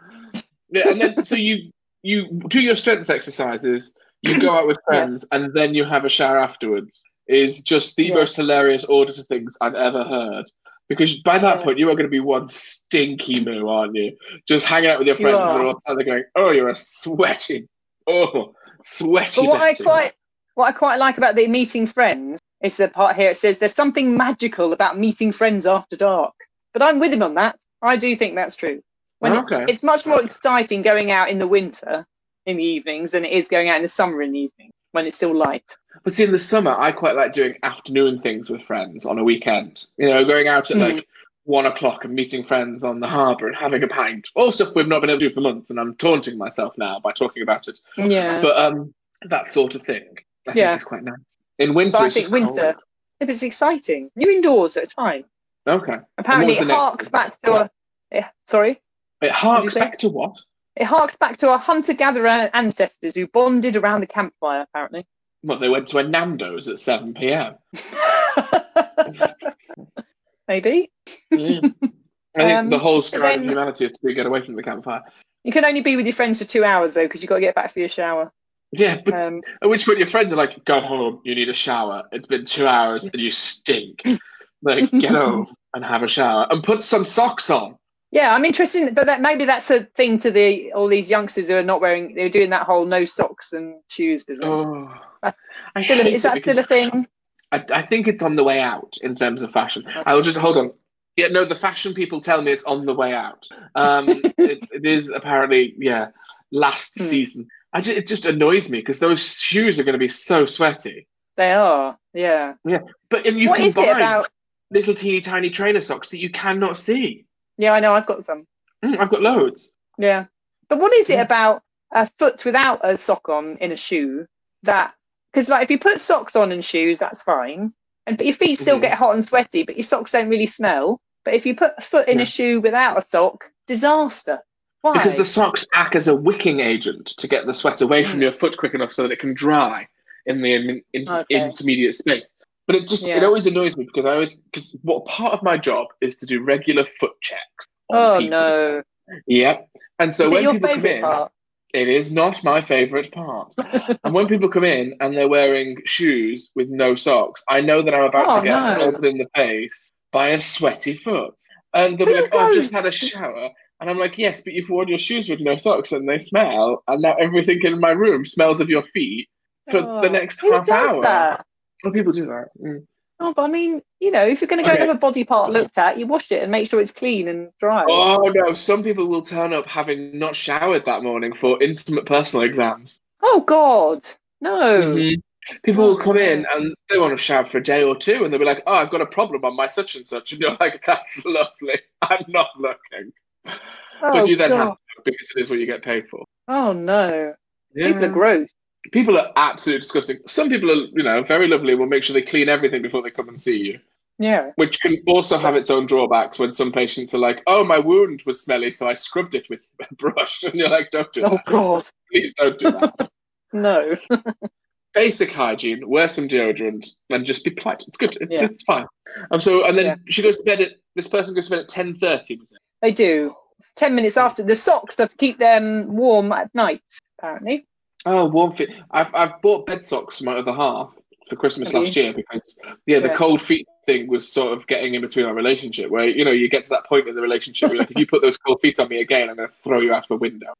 Yeah, and then so you you do your strength exercises. You go out with friends, and then you have a shower afterwards. Is just the Yeah. most hilarious order to things I've ever heard. Because by that Yeah. point, you are going to be one stinky moo, aren't you? Just hanging out with your You friends, and are. they're all standing there going, "Oh, you're a sweaty, oh, sweaty." But what I Betsy." quite what I quite like about the meeting friends is the part here it says there's something magical about meeting friends after dark. But I'm with him on that. I do think that's true. When it- okay. it's much more exciting going out in the winter in the evenings than it is going out in the summer in the evening when it's still light. But see, in the summer, I quite like doing afternoon things with friends on a weekend. You know, going out at Mm. like one o'clock and meeting friends on the harbour and having a pint. All stuff we've not been able to do for months, and I'm taunting myself now by talking about it. Yeah. But um, that sort of thing, I Yeah. think is quite nice. In winter, But I it's think just winter, if it's exciting, you're indoors, so it's fine. cold. Okay. Apparently, was it the next harks one? back to a. eh, Sorry, It harks say? back to what? it harks back to our hunter-gatherer ancestors who bonded around the campfire. Apparently, Well, they went to a Nando's at 7 p.m. maybe I think Um, the whole stride of then- humanity is to get away from the campfire. you can only be with your friends for two hours though, because you've got to get back for your shower. Yeah, but Um, At which point your friends are like, "Go home. You need a shower. It's been two hours and you stink. Like, get home and have a shower and put some socks on." Yeah, I'm interested, in, but that maybe that's a thing to the all these youngsters who are not wearing, they're doing that whole no socks and shoes business. Oh, That's- I Still a- hate is it that because still a thing? I, I think it's on the way out in terms of fashion. I will just hold on. Yeah, no, the fashion people tell me it's on the way out. Um, it, it is apparently, yeah, last Hmm. season. I just, it just annoys me because those shoes are going to be so sweaty. They are, yeah. But and you what can is buy it about? little teeny tiny trainer socks that you cannot see. Yeah, I know, I've got some. Mm, I've got loads. Yeah, but what is it Yeah. about a foot without a sock on in a shoe that? Because like if you put socks on and shoes, that's fine, and but your feet still Mhm. get hot and sweaty, but your socks don't really smell. But if you put a foot in Yeah. a shoe without a sock, disaster. Why? Because the socks act as a wicking agent to get the sweat away from Mm. your foot quick enough so that it can dry in the in, in- Okay. intermediate space. But it just it Yeah. always annoys me because I always because what part of my job is to do regular foot checks. on oh people. no! Yep. And so is when it your people come favourite in, part? it is not my favorite part. and when people come in and they're wearing shoes with no socks, I know that I'm about Oh, to get no. assaulted in the face by a sweaty foot. And they'll be Who like, oh, I've just goes- had a shower. And I'm like, yes, but you've worn your shoes with no socks and they smell. And now everything in my room smells of your feet for the Oh, next who half does hour. that? Well, people do that. Mm. Oh, but I mean, you know, if you're going to go Okay. and have a body part looked at, you wash it and make sure it's clean and dry. Oh, no. Some people will turn up having not showered that morning for intimate personal exams. Oh, God, no! Mhm. People will come in Oh. and they want to shower for a day or two, and they'll be like, "Oh, I've got a problem on my such and such," and you're like, "That's lovely. I'm not looking." Oh, but you then God. have to because it is what you get paid for. oh no! People Yeah. are gross. People are absolutely disgusting. Some people are, you know, very lovely and will make sure they clean everything before they come and see you, Yeah. which can also have its own drawbacks. When some patients are like, "Oh, my wound was smelly, so I scrubbed it with a brush," and you're like, "Don't do Oh that. God, Please don't do that." no. basic hygiene, wear some deodorant, and just be polite. It's good. It's, Yeah. it's fine. And so, and then Yeah. she goes to bed at this person goes to bed at ten thirty. Was it? They do. Ten minutes after the socks are to keep them warm at night. Apparently. Oh, warm feet. I've I've bought bed socks for my other half for Christmas Have you? last year because yeah, the Yeah. cold feet thing was sort of getting in between our relationship where you know you get to that point in the relationship where you're like if you put those cold feet on me again, I'm going to throw you out the window.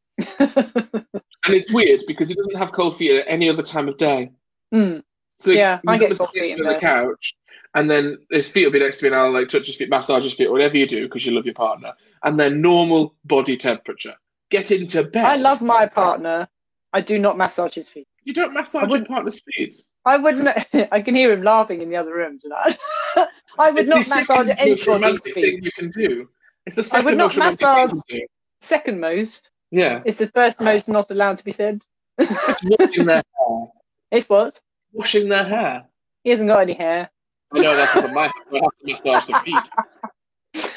And it's weird because he doesn't have cold feet at any other time of day. Hmm. So like, Yeah, I you get put cold his feet feet in on the bed. couch, and then his feet will be next to me, and I'll like touch his feet, massage his feet, whatever you do, because you love your partner, and then normal body temperature. Get into bed. I love my partner. I do not massage his feet. You don't I massage your wouldn't- partner's feet. I wouldn't. I can hear him laughing in the other room tonight. I It's would the not massage second most anybody's romantic feet. thing you can do. It's the I second would not most romantic massage- thing you can Second most. do. Yeah, It's the first most not allowed to be said. washing their hair. It's what? Washing their hair. He hasn't got any hair. I know that's not my. I have to massage the feet.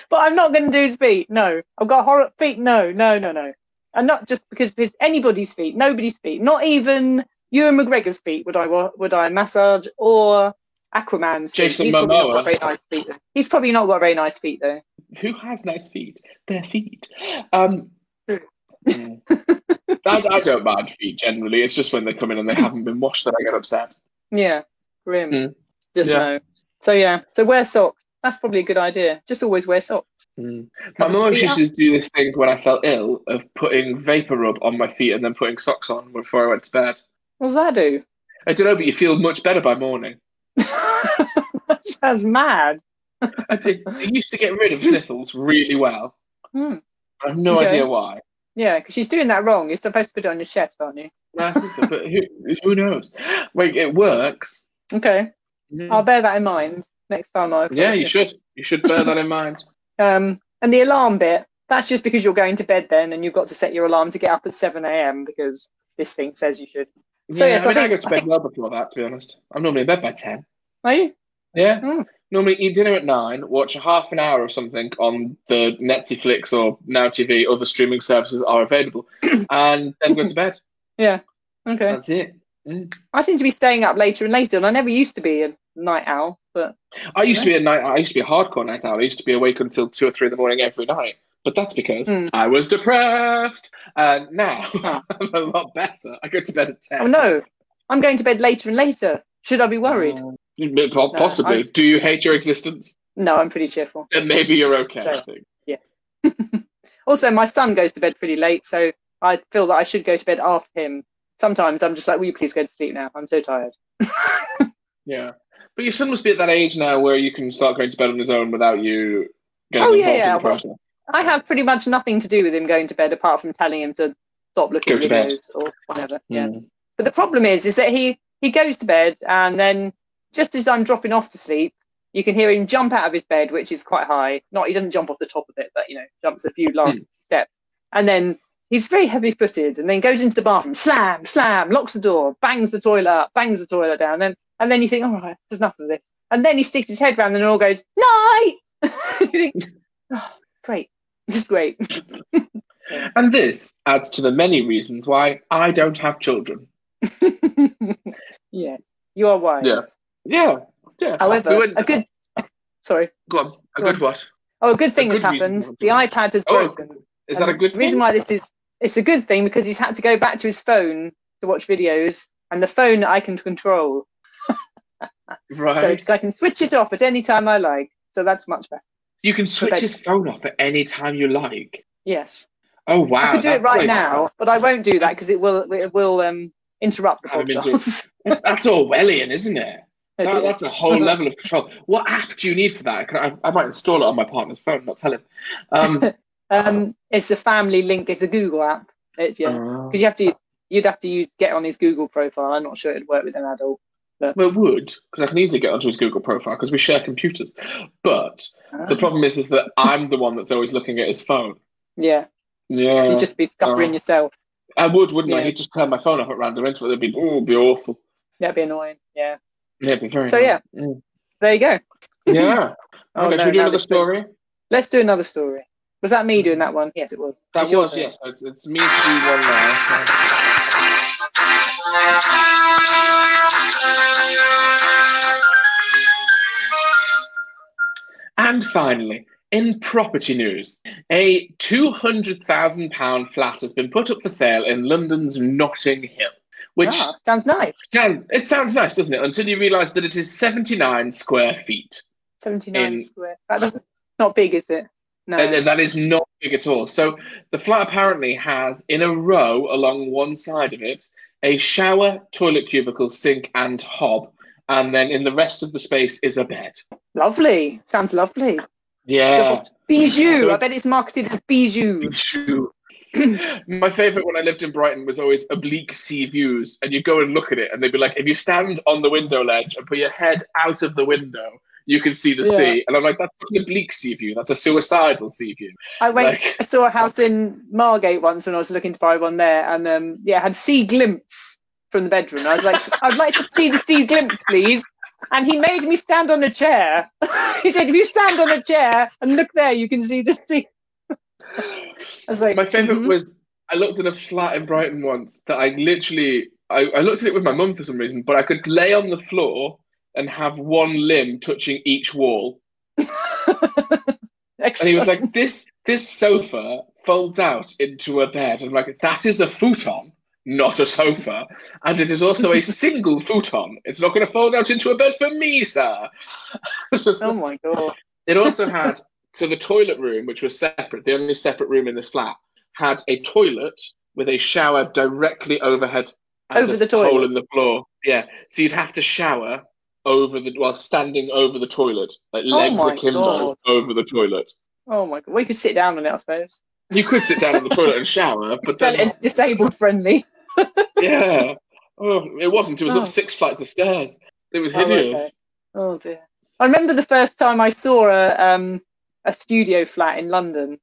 But I'm not going to do his feet. No, I've got horror feet. No, no, no, no. And not just because of his anybody's feet, nobody's feet, not even Ewan McGregor's feet. Would I wa- would I massage or Aquaman's Jason feet. He's probably not Momoa. got very nice feet. Though. He's probably not got very nice feet though. Who has nice feet? Their feet. Um, True. mm. I, I don't mind feet generally. It's just when they come in and they haven't been washed that I get upset. Yeah, grim. Mm. Just Yeah. know. So yeah, so wear socks. That's probably a good idea. Just always wear socks. Mm. My mum always used to do this thing when I felt ill of putting vapor rub on my feet and then putting socks on before I went to bed. What does that do? I don't know, but you feel much better by morning. that sounds mad. I did. It used to get rid of sniffles really well. Hmm. I have no Okay. idea why. Yeah, because she's doing that wrong. You're supposed to put it on your chest, aren't you? I think so, but who, who knows? Like it works. Okay, I'll bear that in mind next time I. Yeah, you should. You should bear that in mind. Um, and the alarm bit. That's just because you're going to bed then, and you've got to set your alarm to get up at seven a.m. because this thing says you should. So, yeah, yes, I I mean, I, think- go to I bed think- well before that. To be honest, I'm normally in bed by ten. Are you? Yeah. Hmm. Normally eat dinner at nine, watch a half an hour of something on the Netflix or Now TV, other streaming services are available, and then go to bed. Yeah. Okay. That's it. I seem to be staying up later and later, and I never used to be a night owl, but I used to be a night. I used to be a hardcore night owl. I used to be awake until two or three in the morning every night. But that's because Mm. I was depressed, and now Ah. I'm a lot better. I go to bed at ten. oh no, I'm going to bed later and later. Should I be worried? Uh, po- possibly. Do you hate your existence? No, I'm pretty cheerful. Then maybe you're okay. I No. think. Also, my son goes to bed pretty late, so I feel that I should go to bed after him. Sometimes I'm just like, will you please go to sleep now? I'm so tired. Yeah, but your son must be at that age now where you can start going to bed on his own without you getting Oh, involved yeah, in yeah, the well, process. I have pretty much nothing to do with him going to bed apart from telling him to stop looking Go at to bed. videos or whatever. Yeah. Mm. But the problem is, is that he he goes to bed and then just as I'm dropping off to sleep, you can hear him jump out of his bed, which is quite high. Not he doesn't jump off the top of it, but you know jumps a few Hmm. last steps, and then he's very heavy-footed, and then goes into the bathroom, slam, slam, locks the door, bangs the toilet up, bangs the toilet down, then and then you think, all right, there's enough of this, and then he sticks his head round the door and all goes night. you think, oh, great, this is great. And this adds to the many reasons why I don't have children. yeah, you are wise. Yeah. Yeah, yeah. We However, wouldn't- a good sorry. go on. A go good on. what? Oh, a good thing good has reason happened. to want to The do it. iPad has Oh, broken. Is that a And good Um, the reason thing? why this is it's a good thing because he's had to go back to his phone to watch videos, and the phone I can control, Right. so I can switch it off at any time I like. So that's much better. you can switch they- his phone off at any time you like. Yes, Oh wow! I could do it that's right like- now, but I won't do that because it will it will um interrupt the Have him into- podcast. That's, that's Orwellian, isn't it? It That, is. that's a whole level of control. What app do you need for that? Can I, I might install it on my partner's phone, not tell him. Um, um, it's a family link. It's a Google app. It's yeah, uh, because you have to you'd have to use get on his Google profile. I'm not sure it'd work with an adult. well, it would, because I can easily get onto his Google profile because we share computers. But Oh. the problem is, is that I'm the one that's always looking at his phone. yeah, Yeah, you'd just be scuppering Uh. yourself. I would, wouldn't I? Yeah. He'd just turn my phone off at random interval. It'd be, oh, it'd be awful. That'd be annoying. Yeah. Yeah, it'd be very. So, yeah. Mm. There you go. yeah. Oh, okay, no, should we do now another this thing- story? Let's do another story. Was that me doing that one? Yes, it was. Hmm. That It's your was turn. yes. It's, it's me to do one now. And finally, in property news, a £200,000 flat has been put up for sale in London's Notting Hill, which Ah, sounds nice. sound, it sounds nice, doesn't it? Until you realise that it is 79 square feet. Seventy-nine In- square. That doesn't. Not big, is it? No. Uh, that is not big at all. So the flat apparently has, in a row along one side of it, a shower, toilet cubicle, sink, and hob. And then in the rest of the space is a bed. lovely. Sounds lovely. Yeah. Bijou. I bet it's marketed as bijou. Shoo. My favorite when I lived in Brighton was always oblique sea views, and you go and look at it, and they'd be like, if you stand on the window ledge and put your head out of the window, you can see the Yeah. sea. And I'm like, that's not an oblique sea view, that's a suicidal sea view. I went. Like- I saw a house in Margate once when I was looking to buy one there, and um, yeah, I had sea glimpse from the bedroom. I was like, I'd like to see the sea glimpse, please. And he made me stand on a chair. he said, if you stand on a chair and look there, you can see the sea. I was like, My favorite mhm. was I looked at a flat in Brighton once that I literally I, I looked at it with my mum for some reason, but I could lay on the floor and have one limb touching each wall. And he was like, "This this sofa folds out into a bed." I'm like, "That is a futon, not a sofa, and it is also a single futon. It's not going to fold out into a bed for me, sir." oh my god. It also had so the toilet room, which was separate, the only separate room in this flat, had a toilet with a shower directly overhead and Over a the hole toilet. in the floor. Yeah, so you'd have to shower over the while standing over the toilet, like legs Oh my akimbo God. over the toilet. Oh my god. Well, you could sit down on it, I suppose. You could sit down on the toilet and shower, but Well, then it's disabled friendly. yeah, oh, it wasn't. It was Oh. up six flights of stairs. It was Oh, okay. hideous. Oh dear. I remember the first time I saw a um a studio flat in London.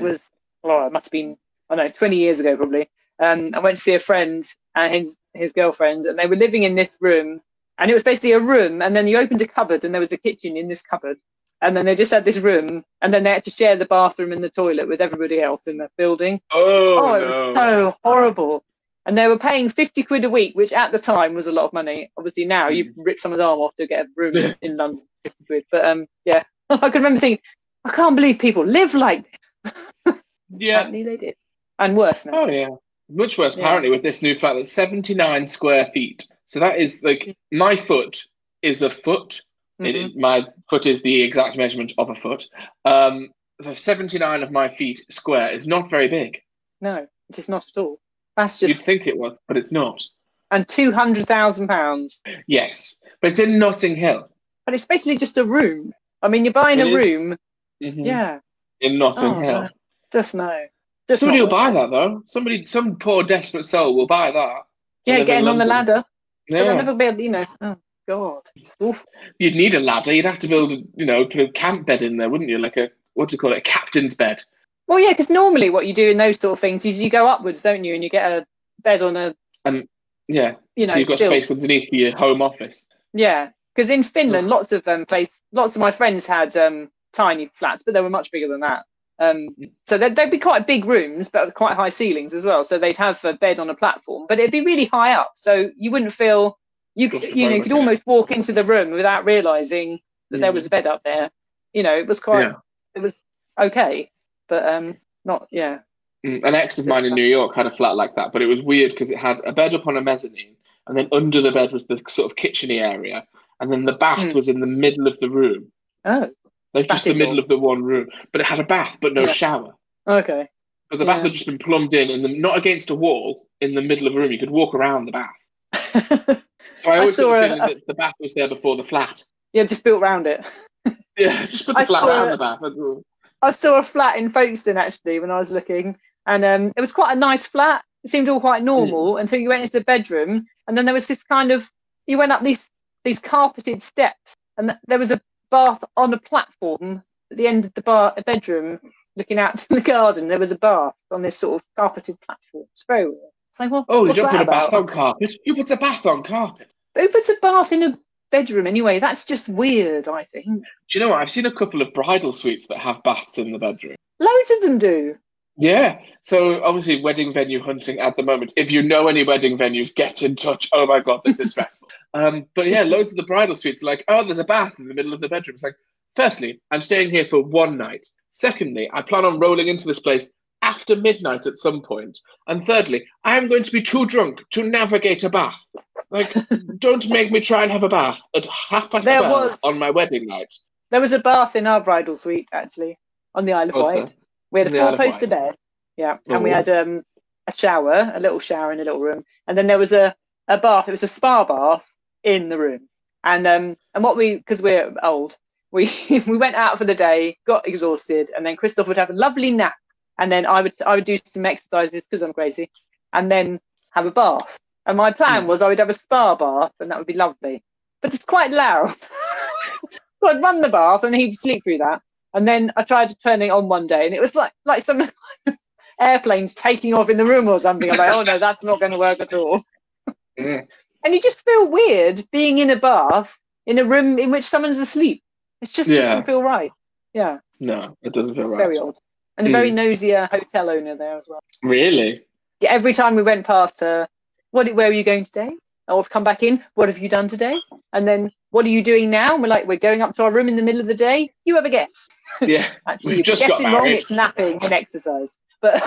Mm. was well, it must have been I don't know, twenty years ago probably. Um, I went to see a friend and his his girlfriend, and they were living in this room, and it was basically a room, and then you opened a cupboard, and there was a kitchen in this cupboard, and then they just had this room, and then they had to share the bathroom and the toilet with everybody else in the building. Oh, Oh, it no. was so horrible. And they were paying 50 quid a week, which at the time was a lot of money. Obviously, now you rip someone's arm off to get a room Mm. Yeah. in London for 50 quid. But um, yeah, I can remember thinking, I can't believe people live like this. yeah. Apparently, they did. And worse now. Oh yeah, much worse. Yeah. Apparently, with this new flat, that's seventy-nine square feet. So that is like my foot is a foot. It- Mhm. it- my foot is the exact measurement of a foot. Um, so seventy-nine of my feet square is not very big. No, it is not at all. That's You'd just, think it was, but it's not. and £200,000. Yes, but it's in Notting Hill. But it's basically just a room. I mean, you're buying It a is. room. Mhm. Yeah, in Notting Oh, Hill. no. just no. Just Somebody not will buy that though. Somebody, some poor desperate soul will buy that. to Yeah, live in getting on the London. ladder. But I'll Yeah. never be able, you know, oh, God, it's awful. You'd need a ladder. You'd have to build, a, you know, put a camp bed in there, wouldn't you? Like a what do you call it? A captain's bed. Well, yeah, because normally what you do in those sort of things is you go upwards, don't you? And you get a bed on a, Yeah. you know, so you've got still. space underneath your home office. Yeah, because in Finland, lots of um, place, lots of my friends had um, tiny flats, but they were much bigger than that. Um, Mm. so they'd, they'd be quite big rooms, but with quite high ceilings as well. So they'd have a bed on a platform, but it'd be really high up, so you wouldn't feel you could, you know, you could almost walk into the room without realizing that there was a bed up there. You know, it was quite, Mm. Yeah. it was okay, but um, not yeah. Mm. An ex of mine in New York had a flat like that, but it was weird because it had a bed up on a mezzanine, and then under the bed was the sort of kitcheny area, and then the bath Mm. was in the middle of the room, Oh, like just That the is middle all. of the one room. But it had a bath, but no Yeah. shower. okay. But the bath Yeah. had just been plumbed in, and the, not against a wall, in the middle of a room. You could walk around the bath. So I I always got saw the a- feeling that the bath was there before the flat. Yeah, just built round it. Yeah, just put the I flat saw around a- the bath. Like, I saw a flat in Folkestone actually when I was looking, and um, it was quite a nice flat. It seemed all quite normal until you went into the bedroom, and then there was this kind of you went up these these carpeted steps, and th- there was a bath on a platform at the end of the bar bedroom, looking out to the garden. There was a bath on this sort of carpeted platform. It's very weird. It's like, well, Oh, you what's don't that put a about? bath on carpet. You put a bath on carpet. Who puts a bath in a bedroom anyway? That's just weird. I think Do you know what? I've seen a couple of bridal suites that have baths in the bedroom. loads of them do. Yeah. So obviously, wedding venue hunting at the moment. If you know any wedding venues, get in touch. Oh my god, this is stressful. Um, but yeah, loads of the bridal suites are like, oh, there's a bath in the middle of the bedroom. It's like, firstly, I'm staying here for one night. Secondly, I plan on rolling into this place after midnight at some point. And thirdly, I am going to be too drunk to navigate a bath. Like, don't make me try and have a bath at half past There twelve was- on my wedding night. There was a bath in our bridal suite actually on the Isle of Was Wight. there? We had a The Isle four of poster Wight. bed. Yeah. And we Oh. had um a shower, a little shower in a little room. And then there was a, a bath. It was a spa bath in the room. And um and what we because we're old, we we went out for the day, got exhausted, and then Christoph would have a lovely nap. And then I would I would do some exercises because I'm crazy, and then have a bath. And my plan Hmm. was I would have a spa bath, and that would be lovely. But it's quite loud. so I'd run the bath, and he'd sleep through that. And then I tried turning it on one day, and it was like like some airplanes taking off in the room or something. I'm like, oh no, that's not going to work at all. Mm. And you just feel weird being in a bath in a room in which someone's asleep. It just Yeah. doesn't feel right. Yeah, No, it doesn't feel right. Hmm. very odd. And a very nosy uh, hotel owner there as well. Really? Yeah, every time we went past her, what uh, where are you going today? Oh, I've come back in. What have you done today? And then, what are you doing now? And we're like, we're going up to our room in the middle of the day. You have a guess. Yeah, Actually, We've you're just got guessing wrong. married. It's napping and exercise. But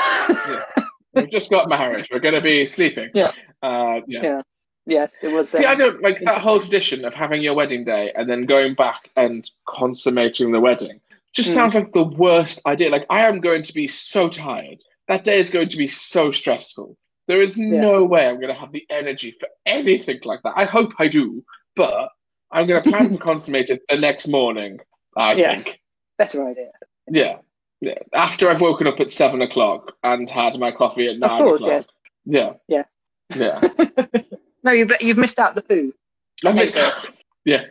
we've just got married. We're going to be sleeping. Yeah. Uh, yeah. Yeah. yes, it was. See, um, I don't like that whole tradition of having your wedding day and then going back and consummating the wedding. Just Mm. sounds like the worst idea. Like, I am going to be so tired. That day is going to be so stressful. There is no way I'm going to have the energy for anything like that. I hope I do, but I'm going to plan to consummate it the next morning, I Yes. think. better idea. Yeah. yeah. After I've woken up at seven o'clock and had my coffee at Of nine course, o'clock. yes, Yeah. yes. Yeah. No, you've you've missed out the poo. Let me Like that. Yeah.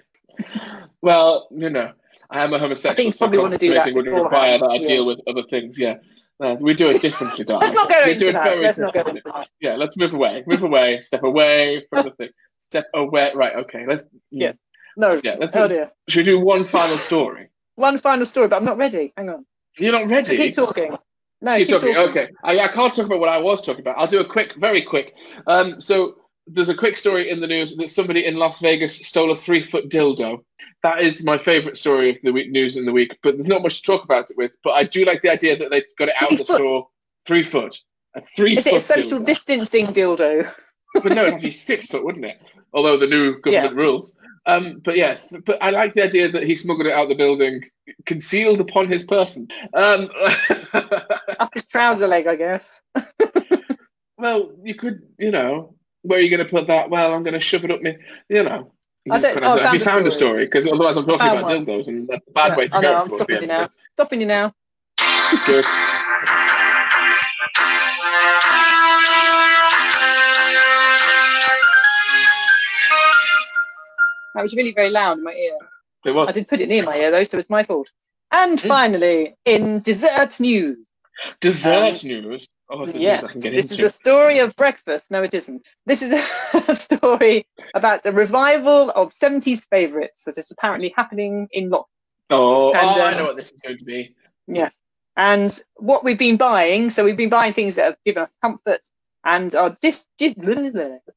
Well, you know, I am a homosexual. I think you probably so want to do that constipating would beforehand, require that I yeah. deal with other things. Yeah. Uh, we do it differently, darling. Let's not go we do into it that. very Let's not go differently. into that. Yeah, let's move away. Move away. Step away from the thing. Step away. Right. Okay. Let's. Yeah. No. Yeah. Let's. Oh dear. Should we do one final story? One final story, but I'm not ready. Hang on. You're not ready. Keep talking. No, Keep keep talking. Okay, I, I can't talk about what I was talking about. I'll do a quick, very quick. Um, so there's a quick story in the news that somebody in Las Vegas stole a three foot dildo. That is my favorite story of the week, news in the week. But there's not much to talk about it with. But I do like the idea that they got it out of the Three foot. store three foot. A three Is foot. it a social dildo. distancing dildo? But no, it'd be six foot, wouldn't it? Although the new government rules. Um, but yeah, th- but I like the idea that he smuggled it out of the building, concealed upon his person. Um, Up his trouser leg, I guess. Well, you could, you know, where are you going to put that? Well, I'm going to shove it up me, you know. You I don't- could oh, have I have you found found a a story? Because otherwise, I'm talking Found about one. dildos, and that's a bad Yeah, way to I go know, I'm towards the end. stopping you of now. it. Stopping you now. Good. That was really very loud in my ear. It was. I did put it near my ear though, so it's my fault. And Hmm. finally, in dessert news, Dessert news. Oh, this is um, yeah, news I can get this is into. a story of breakfast. No, it isn't. This is a story about a revival of 70s favourites that is apparently happening in lock. Oh, oh, and, I um, know what this is going to be. Yes. And what we've been buying, so we've been buying things that have given us comfort and our dis, dis,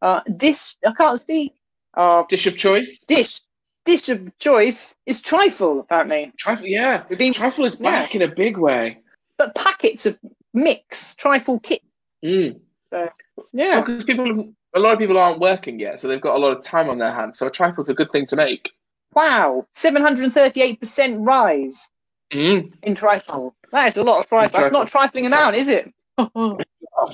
our dish, I can't speak, our Dish of choice. dish, dish of choice is trifle, apparently. Trifle. Yeah, We've been trifle is Yeah. back in a big way. but packets of mix trifle kit. Mm. Yeah, Because people, a lot of people aren't working yet, so they've got a lot of time on their hands. So a trifle's a good thing to make. wow, seven hundred thirty-eight percent rise Mm. in trifle. That is a lot of trifle. That's Trifle. not a trifling amount, is it? Oh,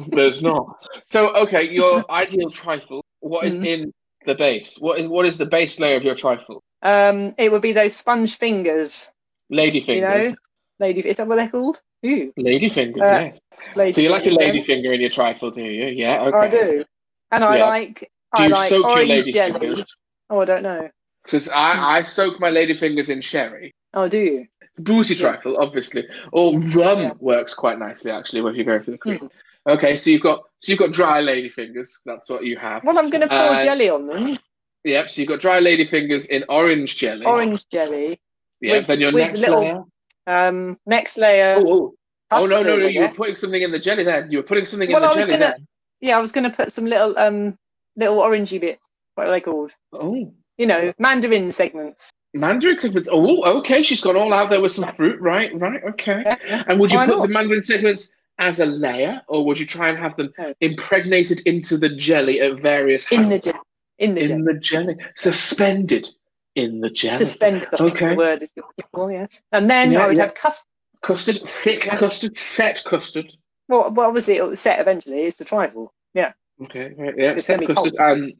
There's not. So, okay, your ideal trifle. What is Mhm. in the base? What is what is the base layer of your trifle? um, it would be those sponge fingers, Lady you know, fingers. lady. Is that what they're called? Ooh, Lady fingers. Uh, yeah. lady. So you like a fingers, lady finger in your trifle, do you? Yeah. yeah. Okay. I do, and I Yeah. like. Do I you like soak your orange lady jelly. fingers? Oh, I don't know. Because I I soak my lady fingers in sherry. Oh, do you? Boozy Yeah. trifle, obviously, or rum Yeah. Hmm. works quite nicely actually. If you're going for the cream. Okay, so you've got so you've got dry lady fingers. That's what you have. Well, I'm going to pour Uh, jelly on them. Yep. So you've got dry lady fingers in orange jelly. Orange jelly. Yeah. with- then your with next little- layer. Um, next layer. Oh, oh. Oh no, custard, no, no! I You were guess. putting something in the jelly then. You were putting something Well, in I the was jelly gonna- Yeah, I was going to put some little um little orangey bits. What are they called? then. Oh, You know, mandarin segments. mandarin segments. Oh, okay. She's gone all out there with some fruit, right? Right. Okay. And would you Why put not? the mandarin segments as a layer, or would you try and have them No. impregnated into the jelly at various In the heights? jelly. In the in jelly. the jelly, suspended in the jelly, Suspended, I think Okay. the word is looking for, yes. And then Yeah, I would yeah. have custard. custard, thick Yeah. custard, set custard. What, what was it? It was set eventually. It's the trifle. Yeah. Okay. Right, yeah. It's Set custard semi-cold. and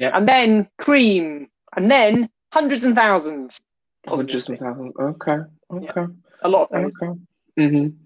And then cream. And then hundreds and thousands. oh, just Obviously. without- Okay. Yeah. Okay. A lot of those. Okay. Mm-hmm.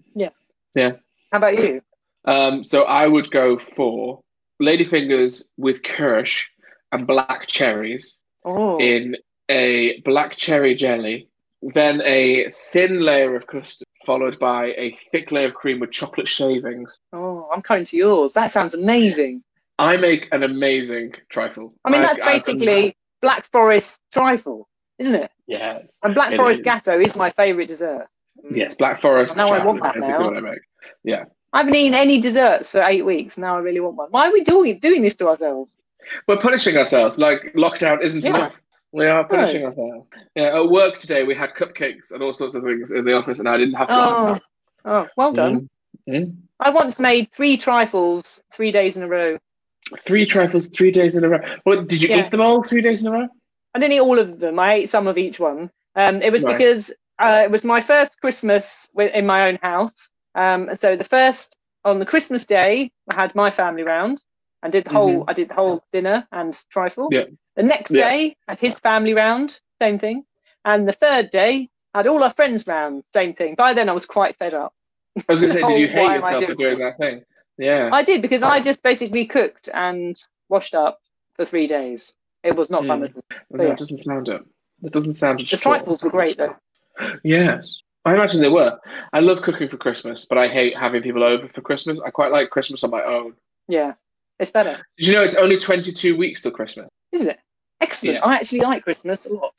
How about you? Um, so I would go for ladyfingers with kirsch and black cherries Oh, in a black cherry jelly, then a thin layer of custard, followed by a thick layer of cream with chocolate shavings. oh, I'm coming to yours. That sounds amazing. I make an amazing trifle. I mean, that's I- basically Black Forest trifle, isn't it? yes, And Black It Forest is. gatto is my favourite dessert. yes, black forest. Mm. Now I trifle want is that basically now. what I make. I haven't eaten any desserts for eight weeks. Now I really want one. Why are we doing doing this to ourselves? We're punishing ourselves. Like lockdown isn't Yeah. enough. We are punishing No. ourselves. Yeah, at work today we had cupcakes and all sorts of things in the office, and I didn't have. to Oh, have oh, well that. done. Mm. I once made three trifles three days in a row. Mm. Three trifles, three days in a row. What did you Yeah. eat them all three days in a row? I didn't eat all of them. I ate some of each one. Um, it was Right. because uh, it was my first Christmas wi- in my own house. Um, so the first on the Christmas day, I had my family round and did the whole. I did the whole dinner and trifle. Mm-hmm. Yeah. The next Yeah. day, I had his family round, same thing. And the third day, I had all our friends round, same thing. By then, I was quite fed up. I was going to say, did you Oh, hate why am I yourself for doing doing that thing? Yeah. I did because I just basically cooked and washed up for three days. It was not fun Mm. at all. No, yeah. it doesn't sound it. It doesn't sound. The trifles were great though. Yes, I imagine they were. I love cooking for Christmas, but I hate having people over for Christmas. I quite like Christmas on my own. Yeah, it's better. Did you know it's only 22 weeks till Christmas? isn't it? Excellent. Yeah. I actually like Christmas a lot.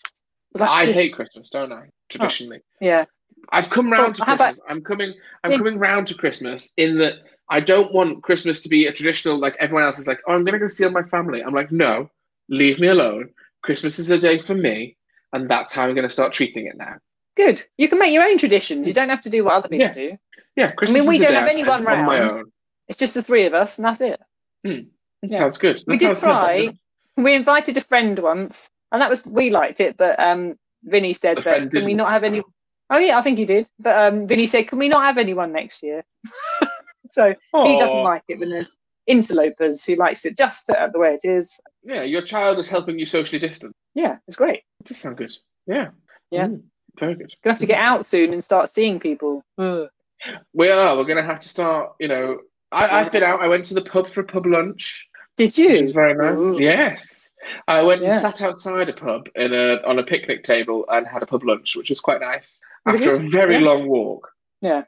So that's I good. hate Christmas, don't I? Traditionally, Yeah. I've come round to Oh. Well, how about- Christmas. I'm coming. I'm Yeah. coming round to Christmas in that I don't want Christmas to be a traditional like everyone else is like. Oh, I'm going to go see all my family. I'm like, no, leave me alone. Christmas is a day for me, and that's how I'm going to start treating it now. Good. You can make your own traditions. You don't have to do what other people Yeah. do. Yeah, Christmas we is a don't day have I spend anyone on my round. own. It's just the three of us, and that's it. That Yeah. Sounds good. We That did sounds good. try. We invited a friend once, and that was we liked it, but um, Vinny said The that can friend we didn't. not have any? Oh yeah, I think he did. But um, Vinny said, can we not have anyone next year? so he doesn't Aw. like it when there's interlopers who likes it just uh, the way it is. Yeah, your child is helping you socially distance. Yeah, it's great. That does sound good. Yeah. Yeah. Mm, very good. Gonna have to get out soon and start seeing people. We are. We're going to have to start, you know. I, Yeah. I've been out. I went to the pub for a pub lunch, which Did was you? very nice. Ooh. Yes. I went Yeah. and sat outside a pub in a, on a picnic table and had a pub lunch, which was quite nice Was it after a good? very Yeah. long walk. I've But it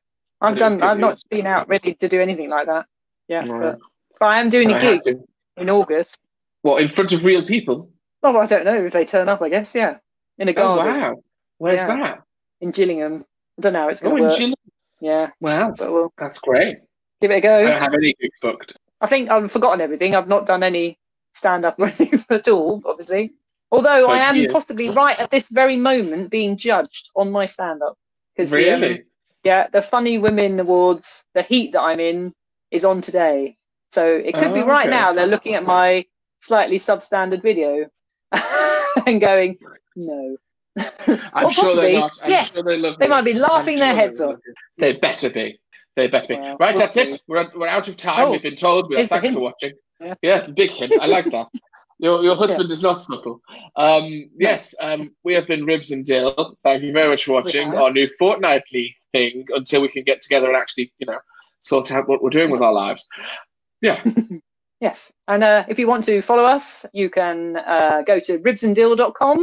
was done. good I've not news. been out ready to do anything like that. Yeah, Yeah. but, but I am doing Mm. And a I had gig to- in August. Well, in front of real people. Oh, I don't know if they turn up. I guess yeah, in a Oh, garden wow. Where's Yeah. that? in Gillingham. I don't know how it's Oh, going to in work. Chile. yeah, Wow. but we'll That's great. give it a I go. don't have any gigs booked. I think I've forgotten everything. I've not done any stand up or anything at all, obviously. Although I But am you- possibly right at this very moment being judged on my stand up um, Really? Yeah, the Funny Women Awards, the heat that I'm in is on today. So it could be Oh, right okay. now they're looking at my slightly substandard video and going, no. I'm Or sure um, possibly, they're not. I'm yes. sure they love They me. might be laughing I'm their sure heads they off. love me. They better be. They better be. Well, right, we'll that's see. it. We're, we're out of time. Oh, We've been told. We are, here's the thanks hint. for watching. Yeah. big hint. I like that. Your, your husband is not subtle. Um, yes, um, we have been Ribs and Dill. Thank you very much for watching have. our new fortnightly thing until we can get together and actually, you know, sort out what we're doing with our lives. Yes. And uh, if you want to follow us, you can uh, go to ribsanddill.com,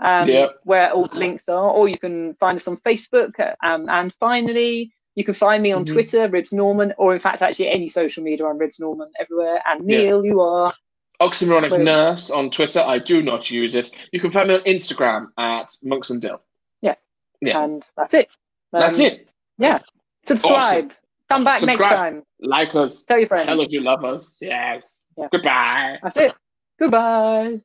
um, Yeah. where all the links are, or you can find us on Facebook. Um, and finally, you can find me on Mhm. Twitter, Ribs Norman, or in fact, actually any social media, I'm Ribs Norman everywhere. And Yeah. Neil, you are. Oxymoronic Well- Nurse on Twitter. I do not use it. You can find me on Instagram at Monks and Dill. Yes. Yeah. And that's it. Um, That's it. Subscribe. Come back next Subscribe. time. Like us. Tell your friends. Tell us you love us. Yes. Yeah. Goodbye. That's it. Goodbye.